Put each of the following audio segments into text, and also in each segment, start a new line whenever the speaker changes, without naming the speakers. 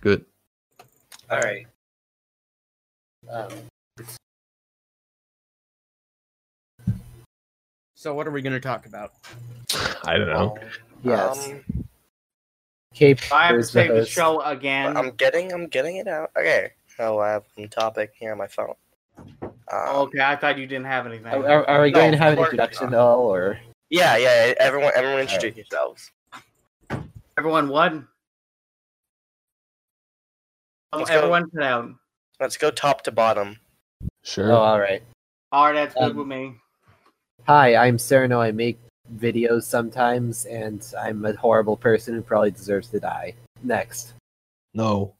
Good.
All right. Um,
So what are we going to talk about?
I don't know.
Yes.
um,
Cape
I have to
is the
save the
host.
show again.
I'm getting, I'm getting it out. Okay. Oh, I have some topic here on my phone. Um,
Oh, okay, I thought you didn't have anything.
Are, are- are we
No,
going to have an
we're-
introduction though, or
Yeah, yeah. Everyone, everyone, introduce yourselves.
Everyone, what? Um,
Let's go.
everyone, sit down.
Let's go top to bottom.
Sure.
oh, all right.
All right, that's good
Um,
with me.
Hi, I'm Serno. I make videos sometimes, and I'm a horrible person who probably deserves to die. Next.
no.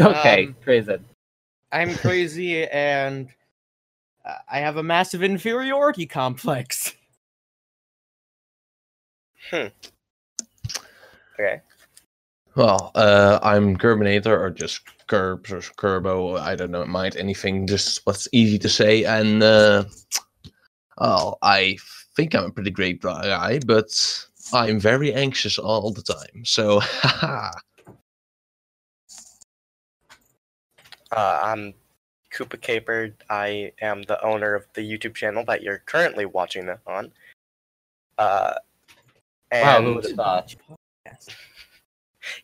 Okay,
Um,
prison.
I'm crazy and uh, I have a massive inferiority complex.
Okay.
Well, uh, I'm Gerbinator or just Gerbs or Gerbo. I don't know, mind anything. Just what's easy to say. And uh, well, I think I'm a pretty great guy, but I'm very anxious all the time. So, haha.
Uh, I'm Koopa Caper. I am the owner of the YouTube channel that you're currently watching this on. Uh,
Wow,
and
who would have thought?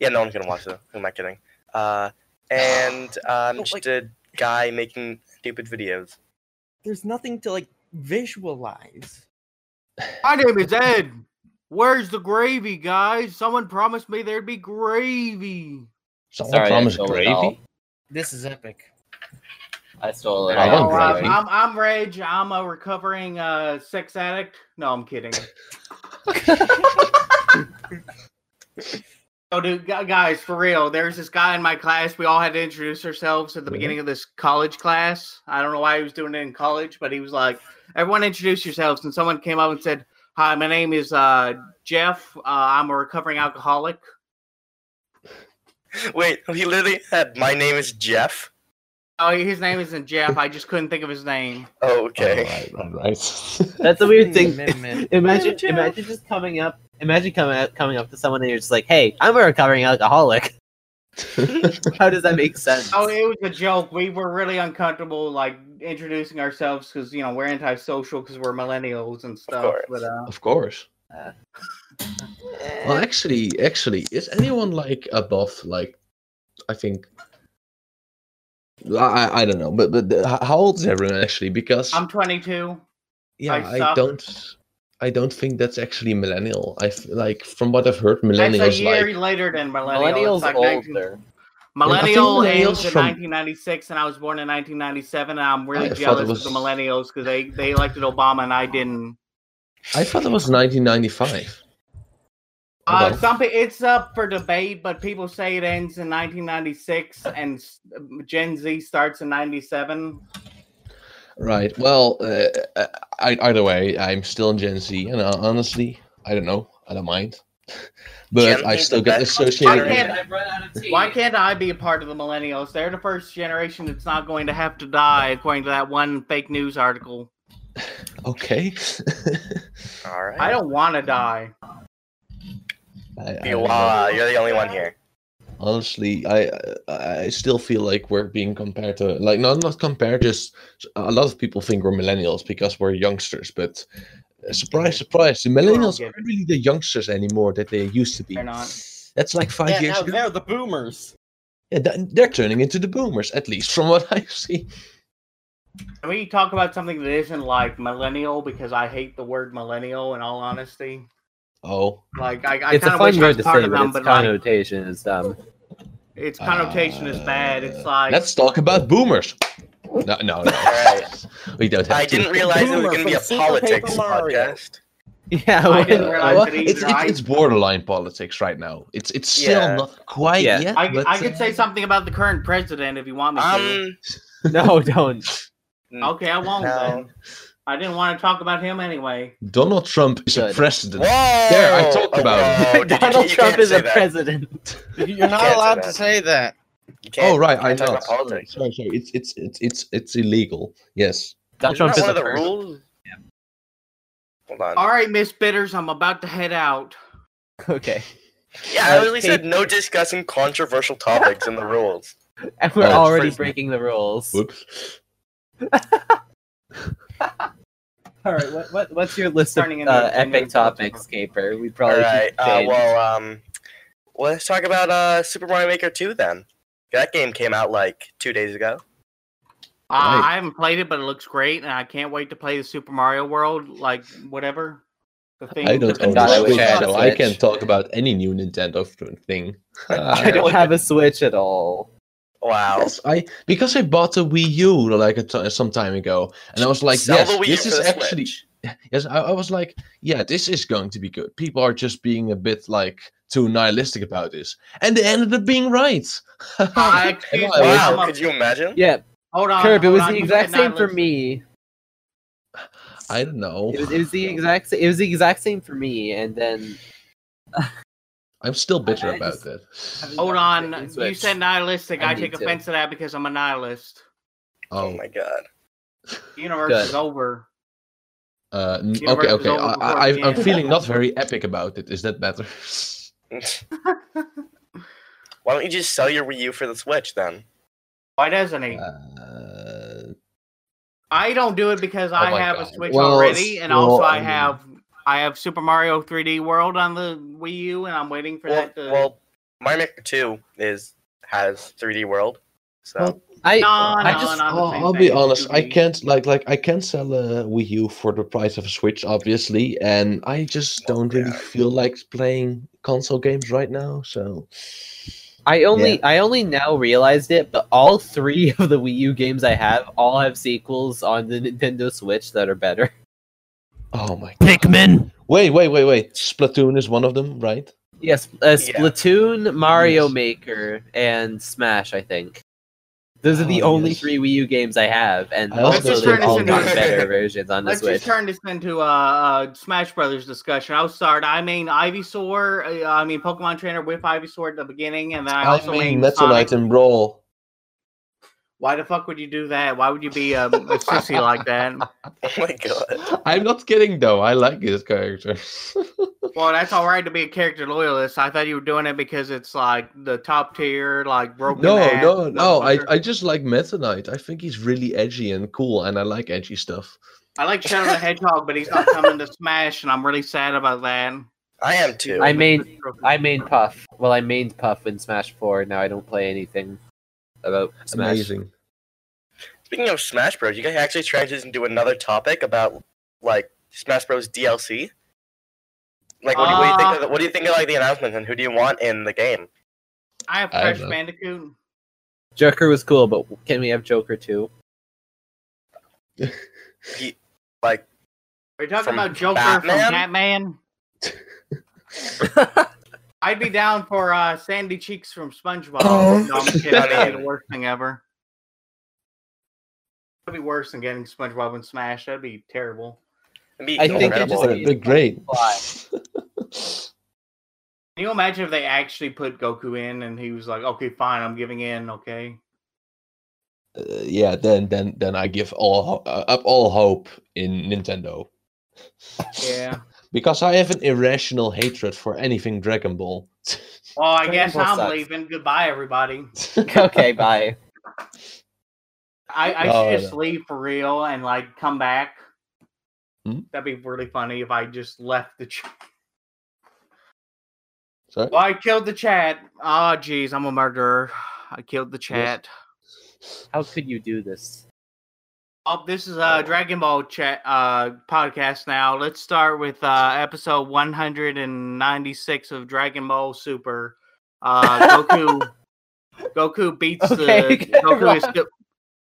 yeah, no one's gonna watch this. Who am I kidding? Uh, and I'm
But,
just
like-
a guy making stupid videos.
There's nothing to like visualize.
My name is Ed. Where's the gravy, guys? Someone promised me there'd be gravy.
someone
Sorry, I
promised
stole it all.
gravy.
This is epic.
I stole it.
I
all.
want
Oh, I'm,
gravy.
I'm, I'm Rage. I'm a recovering uh, sex addict. No, I'm kidding. oh, dude, gu- guys, for real. There's this guy in my class. We all had to introduce ourselves at the beginning of this college class. I don't know why he was doing it in college, but he was like, everyone introduce yourselves. And someone came up and said, Hi, my name is uh, Jeff. Uh, I'm a recovering alcoholic.
Wait, he literally had my name is Jeff.
Oh, his name isn't Jeff. I just couldn't think of his name.
Oh, Okay.
Right, right, right.
That's a weird thing.
Mm, mm,
imagine,
mm, Jeff.
imagine just coming up. Imagine coming up, coming up to someone and you're just like, "Hey, I'm a recovering alcoholic." How does that make sense?
Oh, it was a joke. We were really uncomfortable, like introducing ourselves because you know we're antisocial because we're millennials and stuff.
course.
But uh,
Of course.
Uh.
well, actually, actually, is anyone like above like, I think. I, I- I don't know, but but uh, h- how old is everyone actually? Because
I'm 22.
yeah,
I
I,
suck.
don't, I don't think that's actually millennial. I f- like from what I've heard,
That's a
millennials
year
like
later than
Millennials
millennial. It's like 19
older.
millennial
Yeah, I think
ends in
millennials from-
1996, and I was born in 1997. And I'm
I
really
thought it
jealous
was-
of the millennials because they they elected Obama and I didn't.
I thought it was 1995.
Uh,
Although-
some pe- it's up for debate, but people say it ends in 1996 and s- Gen Z starts in 97.
Right. Well, uh, uh, I, either way, I'm still in Gen Z, and uh, honestly, I don't know. I don't mind, but
Gen
I
Z is
still
the
get
best
associated.
I
with-
can't- Why can't I be a part of the millennials? They're the first generation that's not going to have to die, according to that one fake news article.
Okay.
All right.
I don't want to die.
I, I
You
don't know.
are. You're the only one here.
honestly, I I I still feel like we're being compared to like not not compared. Just a lot of people think we're millennials because we're youngsters, but uh, surprise, surprise, the millennials
get it.
aren't really the youngsters anymore that they used to be.
They're not.
That's like five
Yeah,
years
now
ago.
they're the boomers.
Yeah, th- they're turning into the boomers, at least from what I see.
Can we talk about something that isn't like millennial? Because I hate the word millennial. In all honesty,
Oh,
like I, I
It's a
kind of wish
fun
I
word
was
to
part
say,
of
but
them,
its
but like
connotation is dumb.
its connotation is bad.
Uh,
It's like
let's talk about boomers. No, no, no.
Alright.
we don't have
I
to.
didn't realize it was
Boomer
gonna be a
from Super Paper
politics
Mario.
podcast.
Yeah,
I
well,
didn't realize
well,
it
it's,
either.
it's,
I-
it's borderline politics right now. It's it's still
Yeah.
not quite
Yeah.
yet.
I,
but,
I
uh,
could say something about the current president if you want me to.
Um.
no, don't.
okay, I won't.
No.
Then. I didn't want to talk about him anyway.
Donald Trump is a
Good.
president.
Whoa! Oh,
There, I talked about it.
Whoa, did you-
Donald
you
Trump
can't
is
say
a
that.
president.
You're
can't say
not allowed
that.
to say that.
You can't-
Oh right,
you
I
can't
know.
talk about
Sorry,
politics.
Sorry, sorry. It's it's it's it's it's illegal. Yes.
Donald Trump
Isn't
is
that
a
one of the
person.
rules? Hold on.
All right, Miss Bitters, I'm about to head out.
Okay.
Yeah, I
Uh,
literally said
Kate-
no discussing controversial topics in the rules.
And we're
Oh,
already
excuse me.
breaking the rules.
Whoops.
All right, what, what, what's your list of
Turning into
uh,
a genuine
epic topics, Caper? We probably
All right.
should
Uh,
change.
well, um, well, let's talk about uh, Super Mario Maker 2 then. That game came out like two days ago.
Uh,
Right.
I haven't played it, but it looks great, and I can't wait to play the Super Mario World, like whatever. The thing.
I don't
the
own
God, I
a
wish
Switch,
I had a
so I
Switch.
can't talk about any new Nintendo thing.
I don't have a Switch at all.
Wow.
Yes, I because I bought the Wii U like a t- some time ago, and I was like,
Sell
yes,
the Wii
this
for
is
the
actually
Switch.
yes. I, I was like, yeah, this is going to be good. People are just being a bit like too nihilistic about this, and they ended up being right.
Uh, excuse me,
Wow,
I'm
Wow.
a-
Could you imagine?
Yeah,
Hold on.
Curb, it
hold
was
on,
the
you
exact
said
same for
nihilism.
me.
I don't know.
It was, it was the exact sa- it was the exact same for me, and then
I'm still bitter
I- I
about
just-
that.
Hold on. You
Switch.
said nihilistic.
I
I,
do
take
too.
offense to that because I'm a nihilist.
Oh
Oh,
my god.
The universe
Good.
is over.
uh, n-
You
okay,
were
okay. I,
resolved before
I,
the
I'm
end.
feeling not very epic about it. Is that better?
Why don't you just sell your Wii U for the Switch then?
Why doesn't he?
Uh,
I don't do it because I
oh my
have a
God.
Switch
Well,
already, and
well,
also
I
I,
mean-
have I have Super Mario 3D World on the Wii U, and I'm waiting for
Well,
that to.
well, Mario Maker 2 is has 3D World. So
Well,
I
no,
I
no,
just,
no, I'm the
I'll,
same
Oh, I'll
thing.
be
It's
honest. I
2D.
can't like like I can sell a Wii U for the price of a Switch, obviously, and I just
Oh,
Well,
don't really
yeah.
feel like playing console games right now. So,
I only I only now realized it, but all three of the Wii U games I have all have sequels on the Nintendo Switch that are better.
oh my.
Pikmin.
Wait, wait, wait, wait. Splatoon is one of them, right?
Yes, uh, Splatoon, Mario Maker, and Smash. I think those are the
Oh,
only
yes.
three Wii U games I have, and
I also
also
Let's just
they're
turn
all
this
not
into-
better versions on the
Let's
Switch.
just turn this into a uh, Smash Brothers discussion. I was sorry. I mean Ivysaur. Uh, I mean Pokemon Trainer with Ivysaur at the beginning, and then I
I,
also
mean,
mean
Metalite and Brawl.
Why the fuck would you do that? Why would you be um, a sissy like that?
oh my god.
I'm not kidding though. I like this character.
Well, that's all right to be a character loyalist. I thought you were doing it because it's like the top tier, like broken.
no,
ass
no, no. I,
motherfucker.
I just like Metalite. I think he's really edgy and cool, and I like edgy stuff.
I like Shadow the Hedgehog, but he's not coming to Smash, and I'm really sad about that.
I am too.
I main I main Puff. Well, I mained Puff in Smash Four. Now I don't play anything about Smash.
Amazing.
Speaking of Smash Bros, you guys actually transitioned to another topic about like Smash Bros DLC. Like, what, do, you, what do you think? Of the, what do you think of like the announcements and who do you want in the game?
I have
I
Crash
love-
Bandicoot.
Joker was cool, but can we have Joker too?
Like,
Are you talking
From
about Joker
Batman?
from Batman? I'd be down for uh, Sandy Cheeks from SpongeBob.
Oh.
No, I'm kidding. That'd be
Batman.
the worst thing ever. That'd be worse than getting SpongeBob and Smash. That'd be terrible.
it'd be
I think I
incredible.
just-
That'd be great.
Why?
Can you imagine if they actually put Goku in and he was like, okay, fine, I'm giving in, okay?
uh, yeah, then then then I give all ho- uh, up all hope in Nintendo.
Yeah.
because I have an irrational hatred for anything Dragon Ball.
Well, I
Dragon
guess
Ball
I'm
sucks.
leaving. Goodbye, everybody.
okay, bye.
I, I
Oh,
should just leave for real and like come back.
Hmm?
That'd be really funny if I just left the chat.
Sorry?
Well, I killed the chat. Oh, jeez, I'm a murderer. I killed the chat.
How could you do this?
Oh, this is a Dragon Ball chat uh, podcast now. Let's start with uh, episode 196 of Dragon Ball Super. Uh, Goku, Goku beats
Okay,
the Goku is still,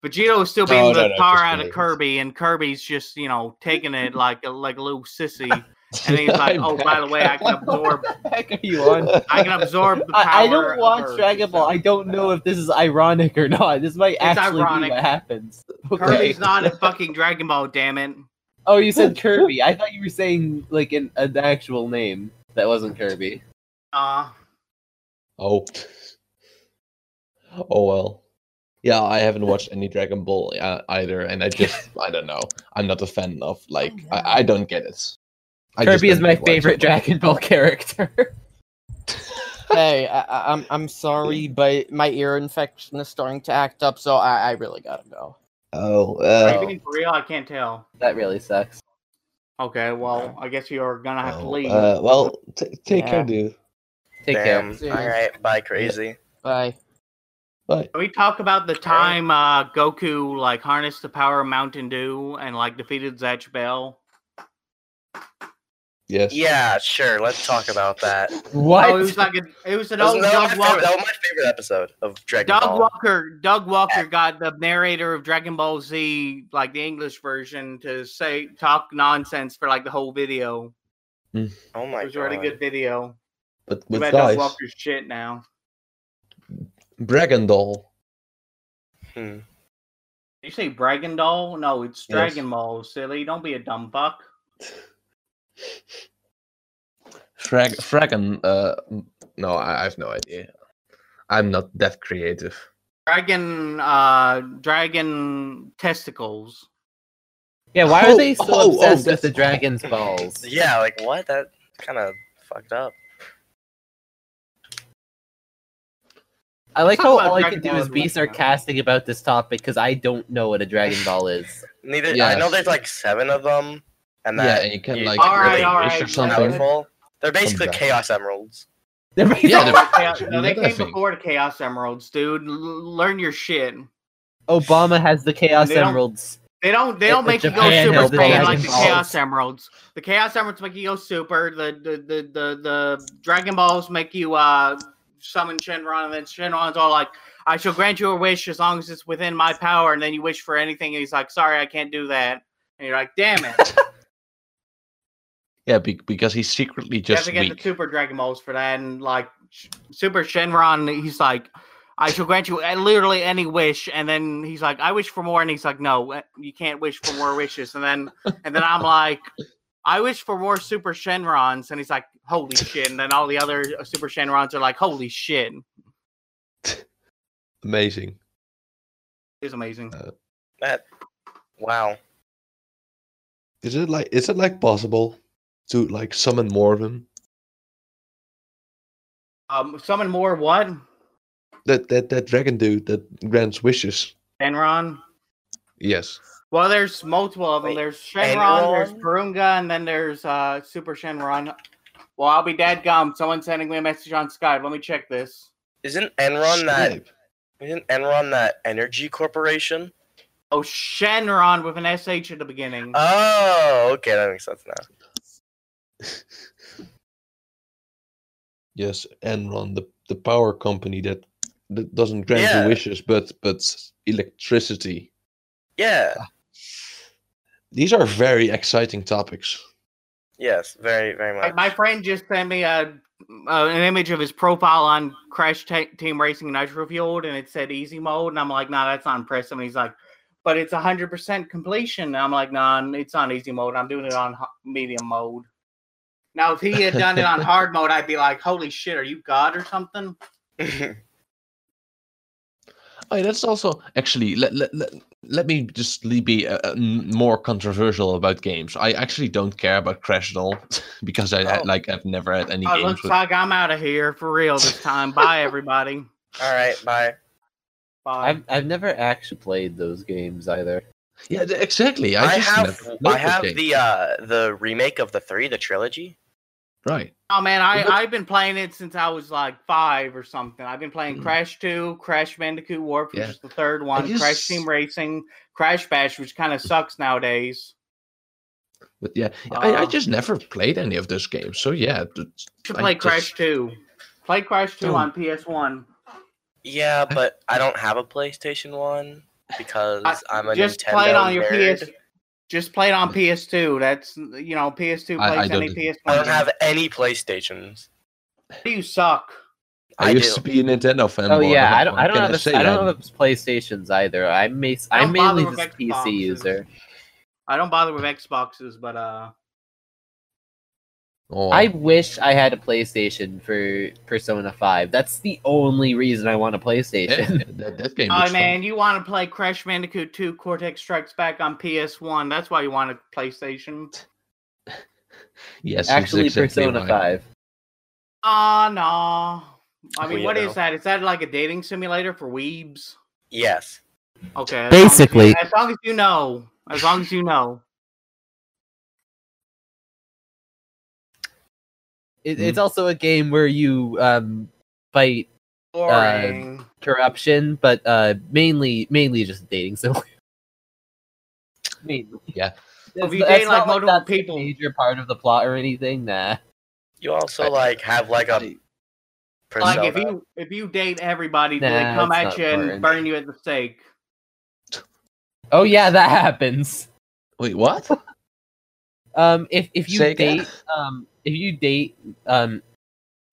Vegito is still beating
No, no,
the
no,
tar
just
out of
kidding.
Kirby, and Kirby's just you know taking it like a like a little sissy. And then he's like,
I'm
"Oh, by the way, I can absorb.
The heck are you on?
I can absorb the power."
I, I don't
of
watch
Earth,"
Dragon Ball.
so.
I don't know if this is ironic or not. This might actually
ironic.
be what happens. Okay.
Kirby's not in fucking Dragon Ball, damn it.
Oh, you said Kirby. I thought you were saying like an, an actual name that wasn't Kirby.
Uh,
oh, oh well. Yeah, I haven't watched any Dragon Ball uh, either, and I just I don't know. I'm not a fan of like I, I don't get it. I just
Kirby is
don't
my
get why it's so
favorite
popular.
Dragon Ball character.
hey, I, I, I'm I'm sorry, but my ear infection is starting to act up, so I, I really gotta go.
Oh,
Are
uh,
you being for real? I can't tell.
That really sucks.
Okay, well, I guess you're gonna have to
oh,
leave.
uh, well, t- take care,
Yeah.
dude.
Take care.
Damn. All right. Bye, crazy.
Bye.
Bye.
Can we talk about the time uh, Goku like harnessed the power of Mountain Dew and like defeated Zatch Bell?
Yes.
Yeah, sure. Let's talk about that.
What?
Oh, it was like a, it was an
That was,
old
that, was my favorite,
Doug Walker.
that was my favorite episode of Dragon
Doug
Ball.
Walker, Doug Walker got the narrator of Dragon Ball Z, like the English version, to say talk nonsense for like the whole video.
oh my
It was a really
God.
good video.
But
Too
with
bad Doug
guys,
Walker's shit now.
Dragon Doll.
Hmm.
You say Dragon Doll? No, it's
Yes.
Dragon Ball. Silly, don't be a dumb fuck.
Frag, Fragan. Uh, no, I, I have no idea. I'm not that creative.
Dragon, uh, Dragon testicles.
yeah, why are they so
Oh, oh, that's-
obsessed with the dragon's balls?
Yeah, like what? That kind of fucked up.
I like
Talk
how
about
all I
Dragon
can do
Ball
is
as
be
much now.
sarcastic about this topic because I don't know what a Dragon Ball is.
Neither. I
Yes.
know there's like seven of them, and
yeah,
that
and you can
you-
like
All right,
really
all
wish
right,
or something.
powerful. They're basically
Something.
chaos emeralds.
They're
Yeah,
basically-
they're-
Chaos-
Dude,
no, they
that
came
thing.
before the Chaos Emeralds, dude. L- learn your shit.
Obama has the Chaos
They don't-
Emeralds.
They don't. They
It's
don't
the
make you go
Japan
super
Emeralds,
Saiyan
Dragon
like the
Balls.
Chaos Emeralds. The Chaos Emeralds make you go super. The the the the, the Dragon Balls make you uh summon Shenron, and then Shenron's all like, "I shall grant you a wish as long as it's within my power." And then you wish for anything, and he's like, "Sorry, I can't do that." And you're like, "Damn it!"
Yeah, be- because he's secretly
You have
just
to get
weak.
the Super Dragon Balls for that, and like Sh- Super Shenron, he's like, "I shall grant you a- literally any wish," and then he's like, "I wish for more," and he's like, "No, uh, you can't wish for more wishes." And then, and then I'm like, "I wish for more Super Shenrons," and he's like, "Holy shit!" And then all the other uh, Super Shenrons are like, "Holy shit!"
Amazing.
It's amazing.
That. Wow.
Is it like is it like possible to like summon more of them?
Um, summon more what?
That that that dragon dude that grants wishes.
Shenron.
Yes.
Well, there's multiple of them.
Wait,
There's Shenron, there's
Enron?
Barunga, and then there's uh, Super Shenron. Well, I'll be dead gum. Someone's sending me a message on Skype. Let me check this.
Isn't Enron that?
Skype.
Isn't Enron that energy corporation?
Oh, Shenron with an SH at the beginning.
Oh, okay, that makes sense now.
Yes, Enron, the the power company that that doesn't grant you
Yeah.
wishes, but but electricity.
Yeah.
These are very exciting topics.
Yes. Very. Very much.
Like, my friend just sent me a, uh, an image of his profile on Crash Ta- Team Racing Nitro Fueled, and it said easy mode. And I'm like, nah, that's not impressive. And he's like, but it's 100% completion. And I'm like, nah, it's on easy mode. I'm doing it on h- medium mode. Now, if he had done it on hard mode, I'd be like, holy shit, are you God or something?
Oh, that's also actually let let, let, let me just le- be uh, uh, m- more controversial about games. I actually don't care about Crash at all because I I-
Oh.
like I've never had any
Oh, it
games
looks
with.
like I'm out of here for real this time. Bye, everybody.
All right. Bye.
Bye.
I've, I've never actually played those games either.
Yeah, th- exactly. I,
I,
just
have.
never
I
liked this
have
game.
the uh the remake of the three, the trilogy.
right.
Oh man,
It
I,
looks-
I've been playing it since I was like five or something. I've been playing
Mm.
Crash 2, Crash Bandicoot Warp, which
Yeah.
is the third one, Crash
just-
Team Racing, Crash Bash, which kind of sucks nowadays.
But yeah, I, I
Uh,
just never played any of those games. So yeah, th-
Should
I
play
just-
Crash 2. Play Crash 2
Don't.
on PS1.
Yeah, but I don't have a PlayStation One because I'm a
Just
Nintendo
play it on your
nerd. Hmm.
PS. Just play it on PS2. That's you know PS2
I- I
plays
don't-
any PS1.
I don't have any PlayStations.
You suck.
I,
I
used
do.
to be a Nintendo fan.
Oh yeah, I don't I don't have a, I don't have a Playstations either. I'm ma- I'm
Don't bother
mainly
with
just PC
Xboxes.
user.
I don't bother with Xboxes, but uh,
Oh,
I wish I had a PlayStation for Persona 5. That's the only reason I want a
yeah,
PlayStation.
that, that game.
oh
looks fun.
man, you want to play Crash Bandicoot 2 Cortex Strikes Back on PS1? That's why you want a PlayStation.
Yes, it's
Actually
exactly
Persona
why.
5.
Ah, no. I mean, what is
Weirdo.
that? Is that like a dating simulator for weebs?
Yes.
Okay. as long as you-
Basically.
as long as you know, as long as you know.
It,
Hmm.
It's also a game where you um, fight
Boring.
corruption, but uh, mainly mainly just dating sim. Mainly.
Yeah.
If
That's-
you date,
that's
like,
not
multiple
that's a
people-
major part of the plot or anything. Nah.
You also
I-
like have like a persona.
like if you if you date everybody,
Nah,
do they come
it's
at
not
you
boring.
and burn you at the stake?
Oh yeah, that happens.
Wait, what?
Um, if if you
Say again?
date, um, if you date, um,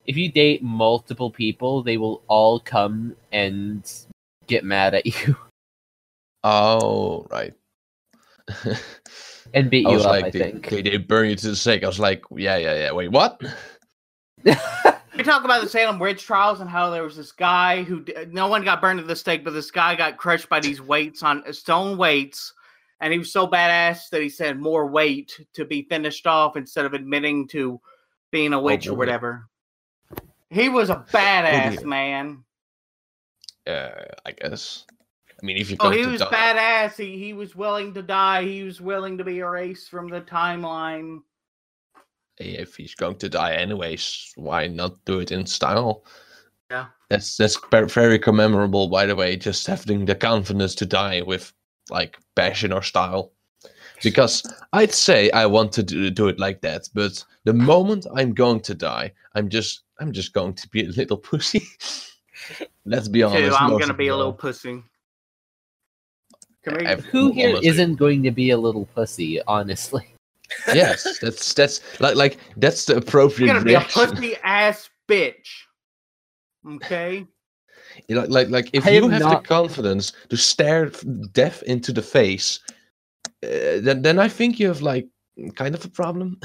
if you date multiple people, they will all come and get mad at you
Oh, right. I
and beat you
was
up.
like,
I
they,
think.
They, they burn you to the stake. I was like, yeah, yeah, yeah. Wait, what?
We talk about the Salem witch trials and how there was this guy who d- no one got burned at the stake, but this guy got crushed by these weights on stone weights, and he was so badass that he said more weight to be finished off instead of admitting to being a witch or
Oh, boy. Oh,
whatever. He was a badass
dear.
man.
Uh, I guess. I mean, if you go
Oh, he
to
was
the-
badass. He he was willing to die. He was willing to be erased from the timeline.
if he's going to die anyways, why not do it in style?
Yeah.
That's that's ver- very commemorable, by the way. Just having the confidence to die with like passion or style, because I'd say I want to do, do it like that. But the moment I'm going to die, I'm just I'm just going to be a little pussy. Let's be honest.
Too, I'm
most
gonna
of
be a
all-
little pussy. Come here.
I've-
Who here
almost-
isn't going to be a little pussy? Honestly.
yes, that's that's like like that's the
You're
appropriate
gonna be a
reaction.
pussy ass bitch. Okay.
You know, like like if
I
you
am
have
not-
the confidence to stare f- death into the face, uh, then then I think you have like kind of a problem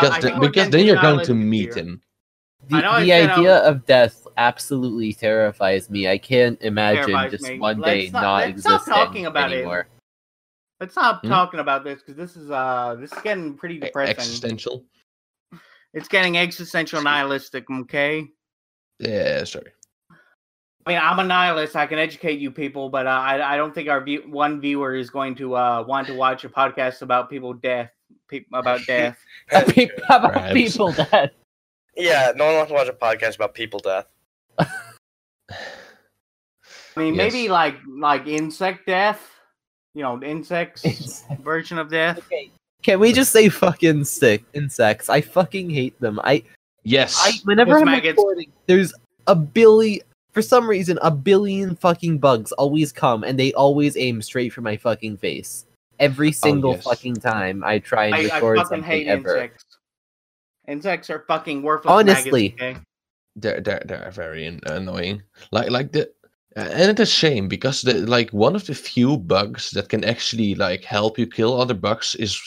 because
I
the-
think we're
because
getting
then
too
you're going to
nihilistic
meet
here.
him.
The,
I know I
the
said I
idea of death absolutely terrifies me. I can't imagine
Terrifies
just
me.
one
Let's
day
not-
not,
let's stop
existing
talking about it.
anymore.
Let's stop
Hmm?
talking about this because this is uh this is getting pretty
E-
depressing.
Existential.
It's getting existential nihilistic. Okay.
Yeah, sorry.
I mean, I'm a nihilist. I can educate you people, but uh, I I don't think our view- one viewer is going to uh want to watch a podcast about people death peop about death.
Pe- about
Perhaps.
people that
yeah, no one wants to watch a podcast about people death.
I mean, maybe
Yes.
like like insect death. You know, insects version of death.
Okay. Can we just say fucking sick insects? I fucking hate them. I,
Yes.
I whenever
Those
I'm
maggots.
recording, there's a billion for some reason a billion fucking bugs always come and they always aim straight for my fucking face. Every single
yes.
fucking time I try and
Oh, I, I
record
fucking
something
hate
ever.
insects. Insects are fucking worthless.
Honestly.
maggots, okay?
they're they're they're very an- annoying. Like like the uh, and it's a shame because the like one of the few bugs that can actually like help you kill other bugs is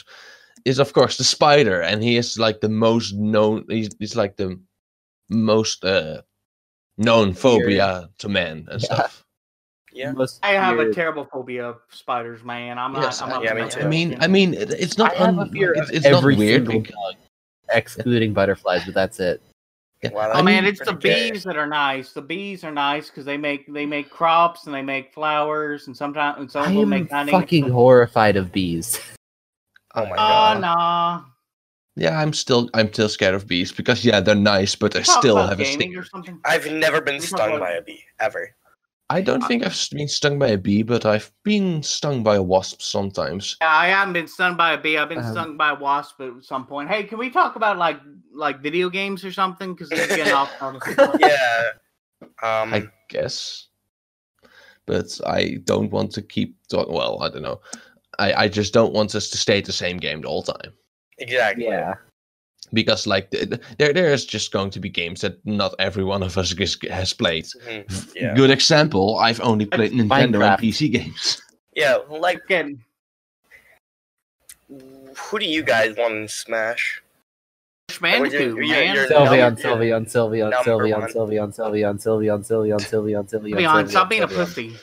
is of course the spider, and he is like the most known. He's, he's like the most uh known phobia to man and
Yeah.
stuff.
Yeah.
Most
I have a
weird-
terrible phobia of spiders, man. I'm not.
Yes,
I'm
I-
not
yeah, me
a
too.
I mean, I mean, it, it's not.
I have a
un-
fear
it's,
of
it's
every
not weird.
single
bec-
bug, excluding butterflies, but that's it.
yeah,
Wow,
Oh
I
that's
man,
mean-
it's the
pretty gay.
bees that are nice. The bees are nice because they make they make crops and they make flowers and sometimes and some
I
of them
am
make honey.
fucking oh horrified of bees.
Oh my
Oh
god.
nah.
yeah, I'm still, I'm still scared of bees because yeah, they're nice, but I
Talk
still
about
have a
gaming
stinger.
or something.
I've never been
You're
stung
talking
by
about-
a bee ever.
I don't think I've s- been stung by a bee, but I've been stung by a wasp sometimes.
Yeah, I haven't been stung by a bee. I've been
Um,
stung by a wasp at some point. Hey, can we talk about like like video games or something? Because it's getting off. on a-
Yeah. Um.
I guess, but I don't want to keep. talk- Well, I don't know. I, I just don't want us to stay at the same game the whole time
exactly.
because like th- th- there there is just going to be games that not every one of us is, has played.
Mhm. Yeah.
Good example. I've only played Nintendo
Minecraft.
and PC games.
Yeah. Like,
Again,
who do you guys want in Smash?
Bandicoot,
you're- you're-
man.
you're-
Sylveon,
Number-
Sylveon, Sylveon,
number
Sylveon,
one.
Sylveon, Sylveon, Sylveon, Sylveon, Sylveon, Sylveon.
Leon,
Sylveon,
stop being a
Sylveon.
pussy.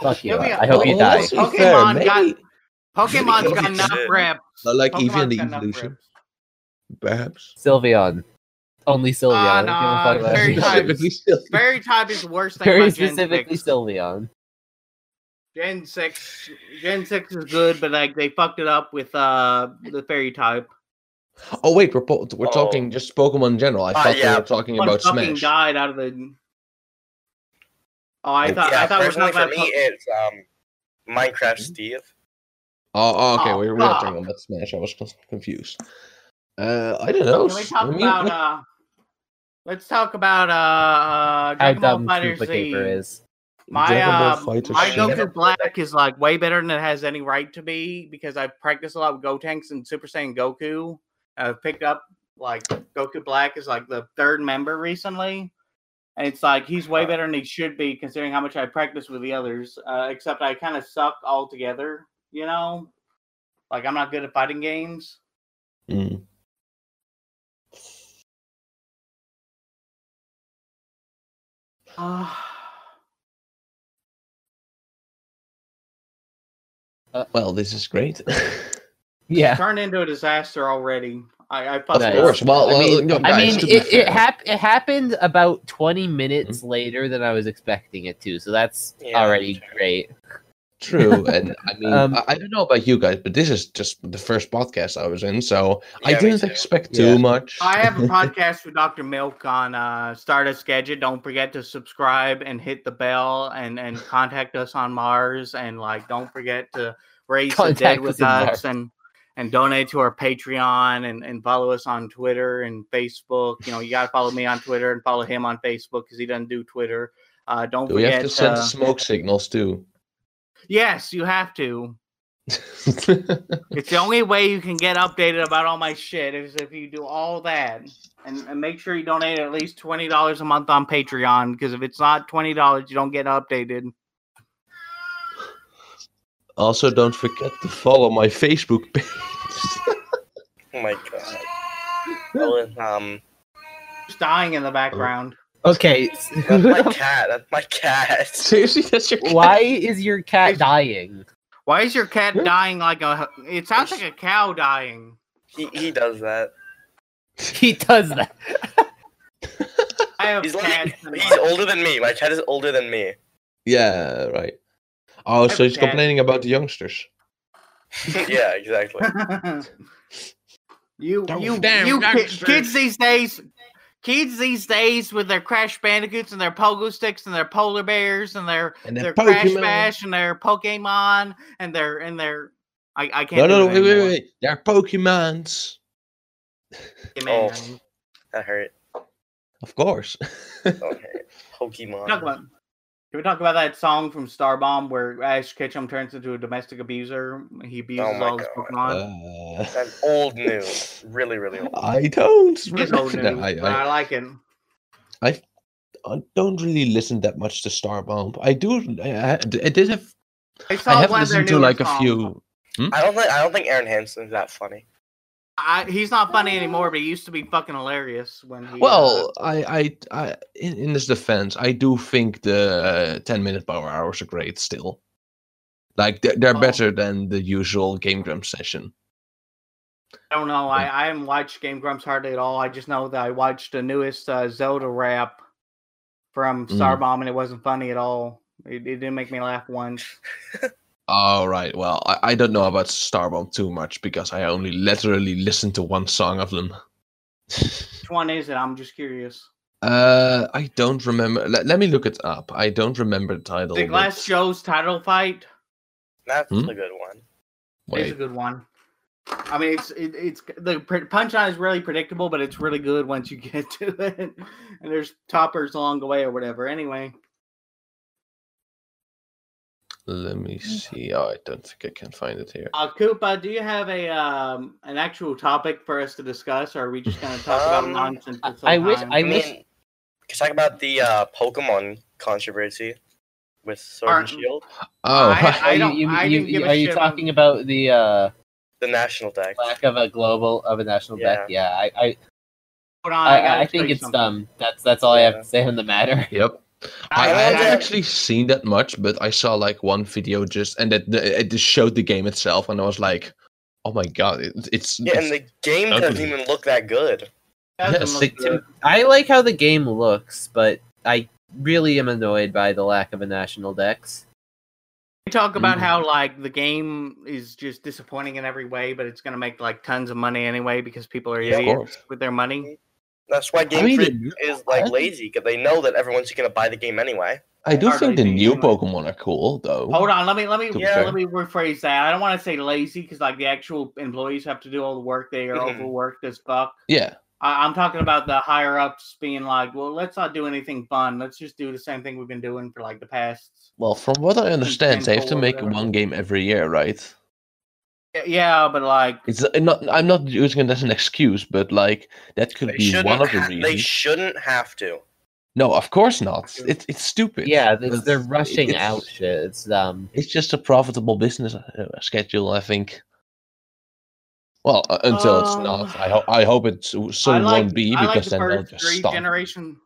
Fuck you.
Sylveon.
I hope you
Well,
die.
oh.
let's be fair,
Pokemon got-
maybe-
Pokemon's
Look
got
at
enough
it.
reps.
like even
Pokemon's
the
got enough
evolution,
reps.
perhaps.
Sylveon. Only Sylveon.
Ah,
I don't give a fuck
nah,
about
very
anything
tight.
else.
Specifically still-
Fairy type is the worst thing.
Very
about Gen
specifically
six.
Sylveon.
Gen six, Gen six is good, but like they fucked it up with uh the fairy type.
Oh wait, we're, po- we're
Oh.
talking just Pokemon in general. I
Uh,
Ah,
thought we
yeah,
were talking
One
about
fucking
Smash.
died out of the. Oh, I thought
yeah,
I thought we were
personally
talking
for
about.
me,
Pokemon.
it's um, Minecraft
Hmm?
Steve.
Oh, oh, okay,
Oh,
we were we were
fuck.
talking about Smash. I was con- confused. Uh, I don't know.
Can we
s-
talk
I mean,
about
what-
uh? Let's talk about uh.
How
Dragon Ball
dumb
Fighter
Koopa
Z.
Paper is.
My
Dragon Ball
um,
Fighter
my
Z.
Goku Black is like way better than it has any right to be because I've practiced a lot with Gotenks and Super Saiyan Goku. I've picked up like Goku Black is like the third member recently, and it's like he's way better than he should be considering how much I practice with the others. Uh, except I kind of suck altogether, you know. Like I'm not good at fighting games.
Mm. Well, this is great.
Yeah.
turned into a disaster already. I, I
of
fucked
Nice.
up.
course. Well,
I
well,
mean-
no,
I
guys,
mean,
to be
it, it,
fair-
hap- it happened about 20 minutes later than I was expecting it to, so that's
Yeah,
already
true.
great.
True, and I mean,
Um,
I, I don't know about you guys, but this is just the first podcast I was in, so I
Yeah, me
didn't
too.
expect
Yeah.
too much.
I have a podcast with Dr. Milk on uh, Stardust Gadget. Don't forget to subscribe and hit the bell and, and contact us on Mars. And like, don't forget to raise the dead
Contact us
with
on Mars.
us and, and donate to our Patreon and, and follow us on Twitter and Facebook. You know, you got to follow me on Twitter and follow him on Facebook because he doesn't do Twitter. Uh, don't
Do we
forget
have to send
uh,
smoke signals too?
Yes, you have to. It's the only way you can get updated about all my shit is if you do all that. And, and make sure you donate at least twenty dollars a month on Patreon, because if it's not twenty dollars, you don't get updated.
also, don't forget to follow my Facebook page.
Oh my god. Well, um,
It's dying in the background.
Okay.
that's my cat. That's my cat.
Seriously, that's your
Why is your cat dying?
Why is your cat
Yeah.
dying like a? It sounds like a cow dying.
He he does that.
He does that.
I have
He's
cats.
like
and,
he's
like-
older than me. My cat is older than me.
Yeah, right. Oh, so he's
Everything.
complaining about the youngsters.
yeah, exactly.
you
Those
you
damn
you ki-
youngsters.
kids these days kids these days with their crash bandicoots and their pogo sticks and their polar bears and their
And
their
then
crash
Pokemon.
bash and their pokemon and their and their i, I
No,
can't
no, no,
do
wait,
it
wait,
anymore.
wait. They're Pokemons.
Pokemon.
That hurt.
Of course.
Okay. Pokemon.
Talk about- can we talk about that song from starbomb where ash ketchum turns into a domestic abuser he abuses
Oh my
all his
God.
pokemon
Uh,
That's old news. Really, really old.
I don't.
it's
Really,
old news,
I,
but
I,
I like it
I don't really listen that much to Starbomb. I do. I, I, I did have.
i saw
I have
one of their
listened to
newer
like a
songs.
few.
I don't think I don't think Aaron Hansen's that funny.
I, he's not funny anymore, but he used to be fucking hilarious when he. uh,
Well, I, I, I in, in his defense, I do think the uh, ten-minute power hours are great still. Like they're, they're
Oh.
better than the usual Game Grumps session.
I don't know. I, I haven't watched Game Grumps hardly at all. I just know that I watched the newest uh, Zelda rap from
Mm.
Starbomb, and it wasn't funny at all. It, it didn't make me laugh once.
All right. Well, I, I don't know about Starbomb too much because I only literally listened to one song of them.
Which one is it? I'm just curious.
Uh, I don't remember. Let, let me look it up. I don't remember the title.
The
but-
Glass Joe's title fight
That's
Hmm?
a good one.
is a
Wait.
good one. I mean, it's it, it's the pr- punchline is really predictable, but it's really good once you get to it. And there's toppers along the way or whatever. Anyway,
Let me see. Oh, I don't think I can find it here.
uh, Koopa, do you have a um an actual topic for us to discuss, or are we just going to talk about
Um,
nonsense? for some
I wish
time?
I
I
wish
mean, can talk about the uh, Pokemon controversy with Sword and
Or-
Shield,
Oh,
I don't- I didn't give a
are you
shit about-
talking about the uh,
the national deck.
lack of a global of a national deck? Yeah, I I,
Hold on,
I, I,
gotta show
think
you
it's um,
something.
dumb. That's that's all I have
Yeah.
to say on the matter.
Yep. I, I
I-
haven't
I-
actually seen that much, but I saw like one video just, and that the, it just showed the game itself, and I was like, "Oh my god, it, it's
Yeah, and
it's-
the game doesn't
ugly.
even look that good.
doesn't
Yes,
look
they-
good.
I like how the game looks, but I really am annoyed by the lack of a national dex.
We talk about
Mm.
how like the game is just disappointing in every way, but it's gonna make like tons of money anyway because people are
Yeah,
Of
idiots
course.
with their money.
That's why Game
I mean,
Freak
the-
is like
I-
lazy because they know that everyone's gonna buy the game anyway.
I do
Hard
think the
RPG
new
anyway.
Pokemon are cool, though.
Hold on, let me let me
To be
yeah,
fair.
let me rephrase that. I don't want to say lazy because like the actual employees have to do all the work. They are
Mhm.
overworked as fuck.
Yeah,
I, I'm talking about the higher ups being like, well, let's not do anything fun. Let's just do the same thing we've been doing for like the past.
well, from what I understand, they have to
Nintendo or
make
whatever.
one game every year, right?
Y- Yeah, but like
It's uh, not. I'm not using it as an excuse, but like that could
They
be
shouldn't.
one of the
ha-
reasons.
they shouldn't have to.
no, of course not. It's it's stupid.
Yeah, they-
It's-
they're rushing
it's-
out shit. It's um, dumb.
It's just a profitable business uh, schedule, I think. Well, uh, until it's
Um,
not. I hope. I hope it so- soon
I like,
won't be
I like
because
the
then they'll
first
just
three
stop.
generation.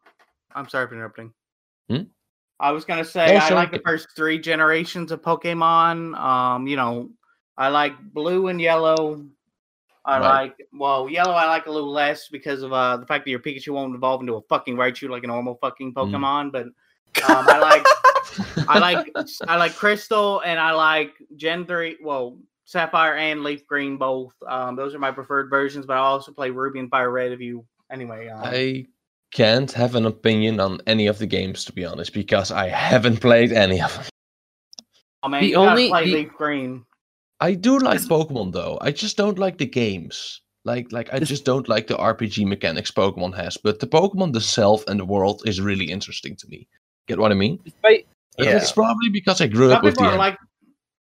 I'm sorry for interrupting.
Hmm?
I was gonna say
No,
I
sorry.
like the first three generations of Pokemon. Um, you know, I like blue and yellow. I
Right.
like well, yellow I like a little less because of uh the fact that your Pikachu won't evolve into a fucking Raichu like a normal fucking
Mm.
Pokemon, but um, I like I like I like crystal and I like Gen three. Well, sapphire and leaf green both. Um, those are my preferred versions, but I also play ruby and fire red. If you anyway, um,
I can't have an opinion on any of the games to be honest because I haven't played any of them.
oh, man,
the
you gotta
only-
play
the-
leaf green.
I do like Pokemon though. I just don't like the games. Like like I
Is-
just don't like the RPG mechanics Pokemon has. But the Pokemon, the self, and the world is really interesting to me. Get what I mean?
Despite
But
Yeah.
It's probably because I grew
Some
up with
people
the.
are
M-
like.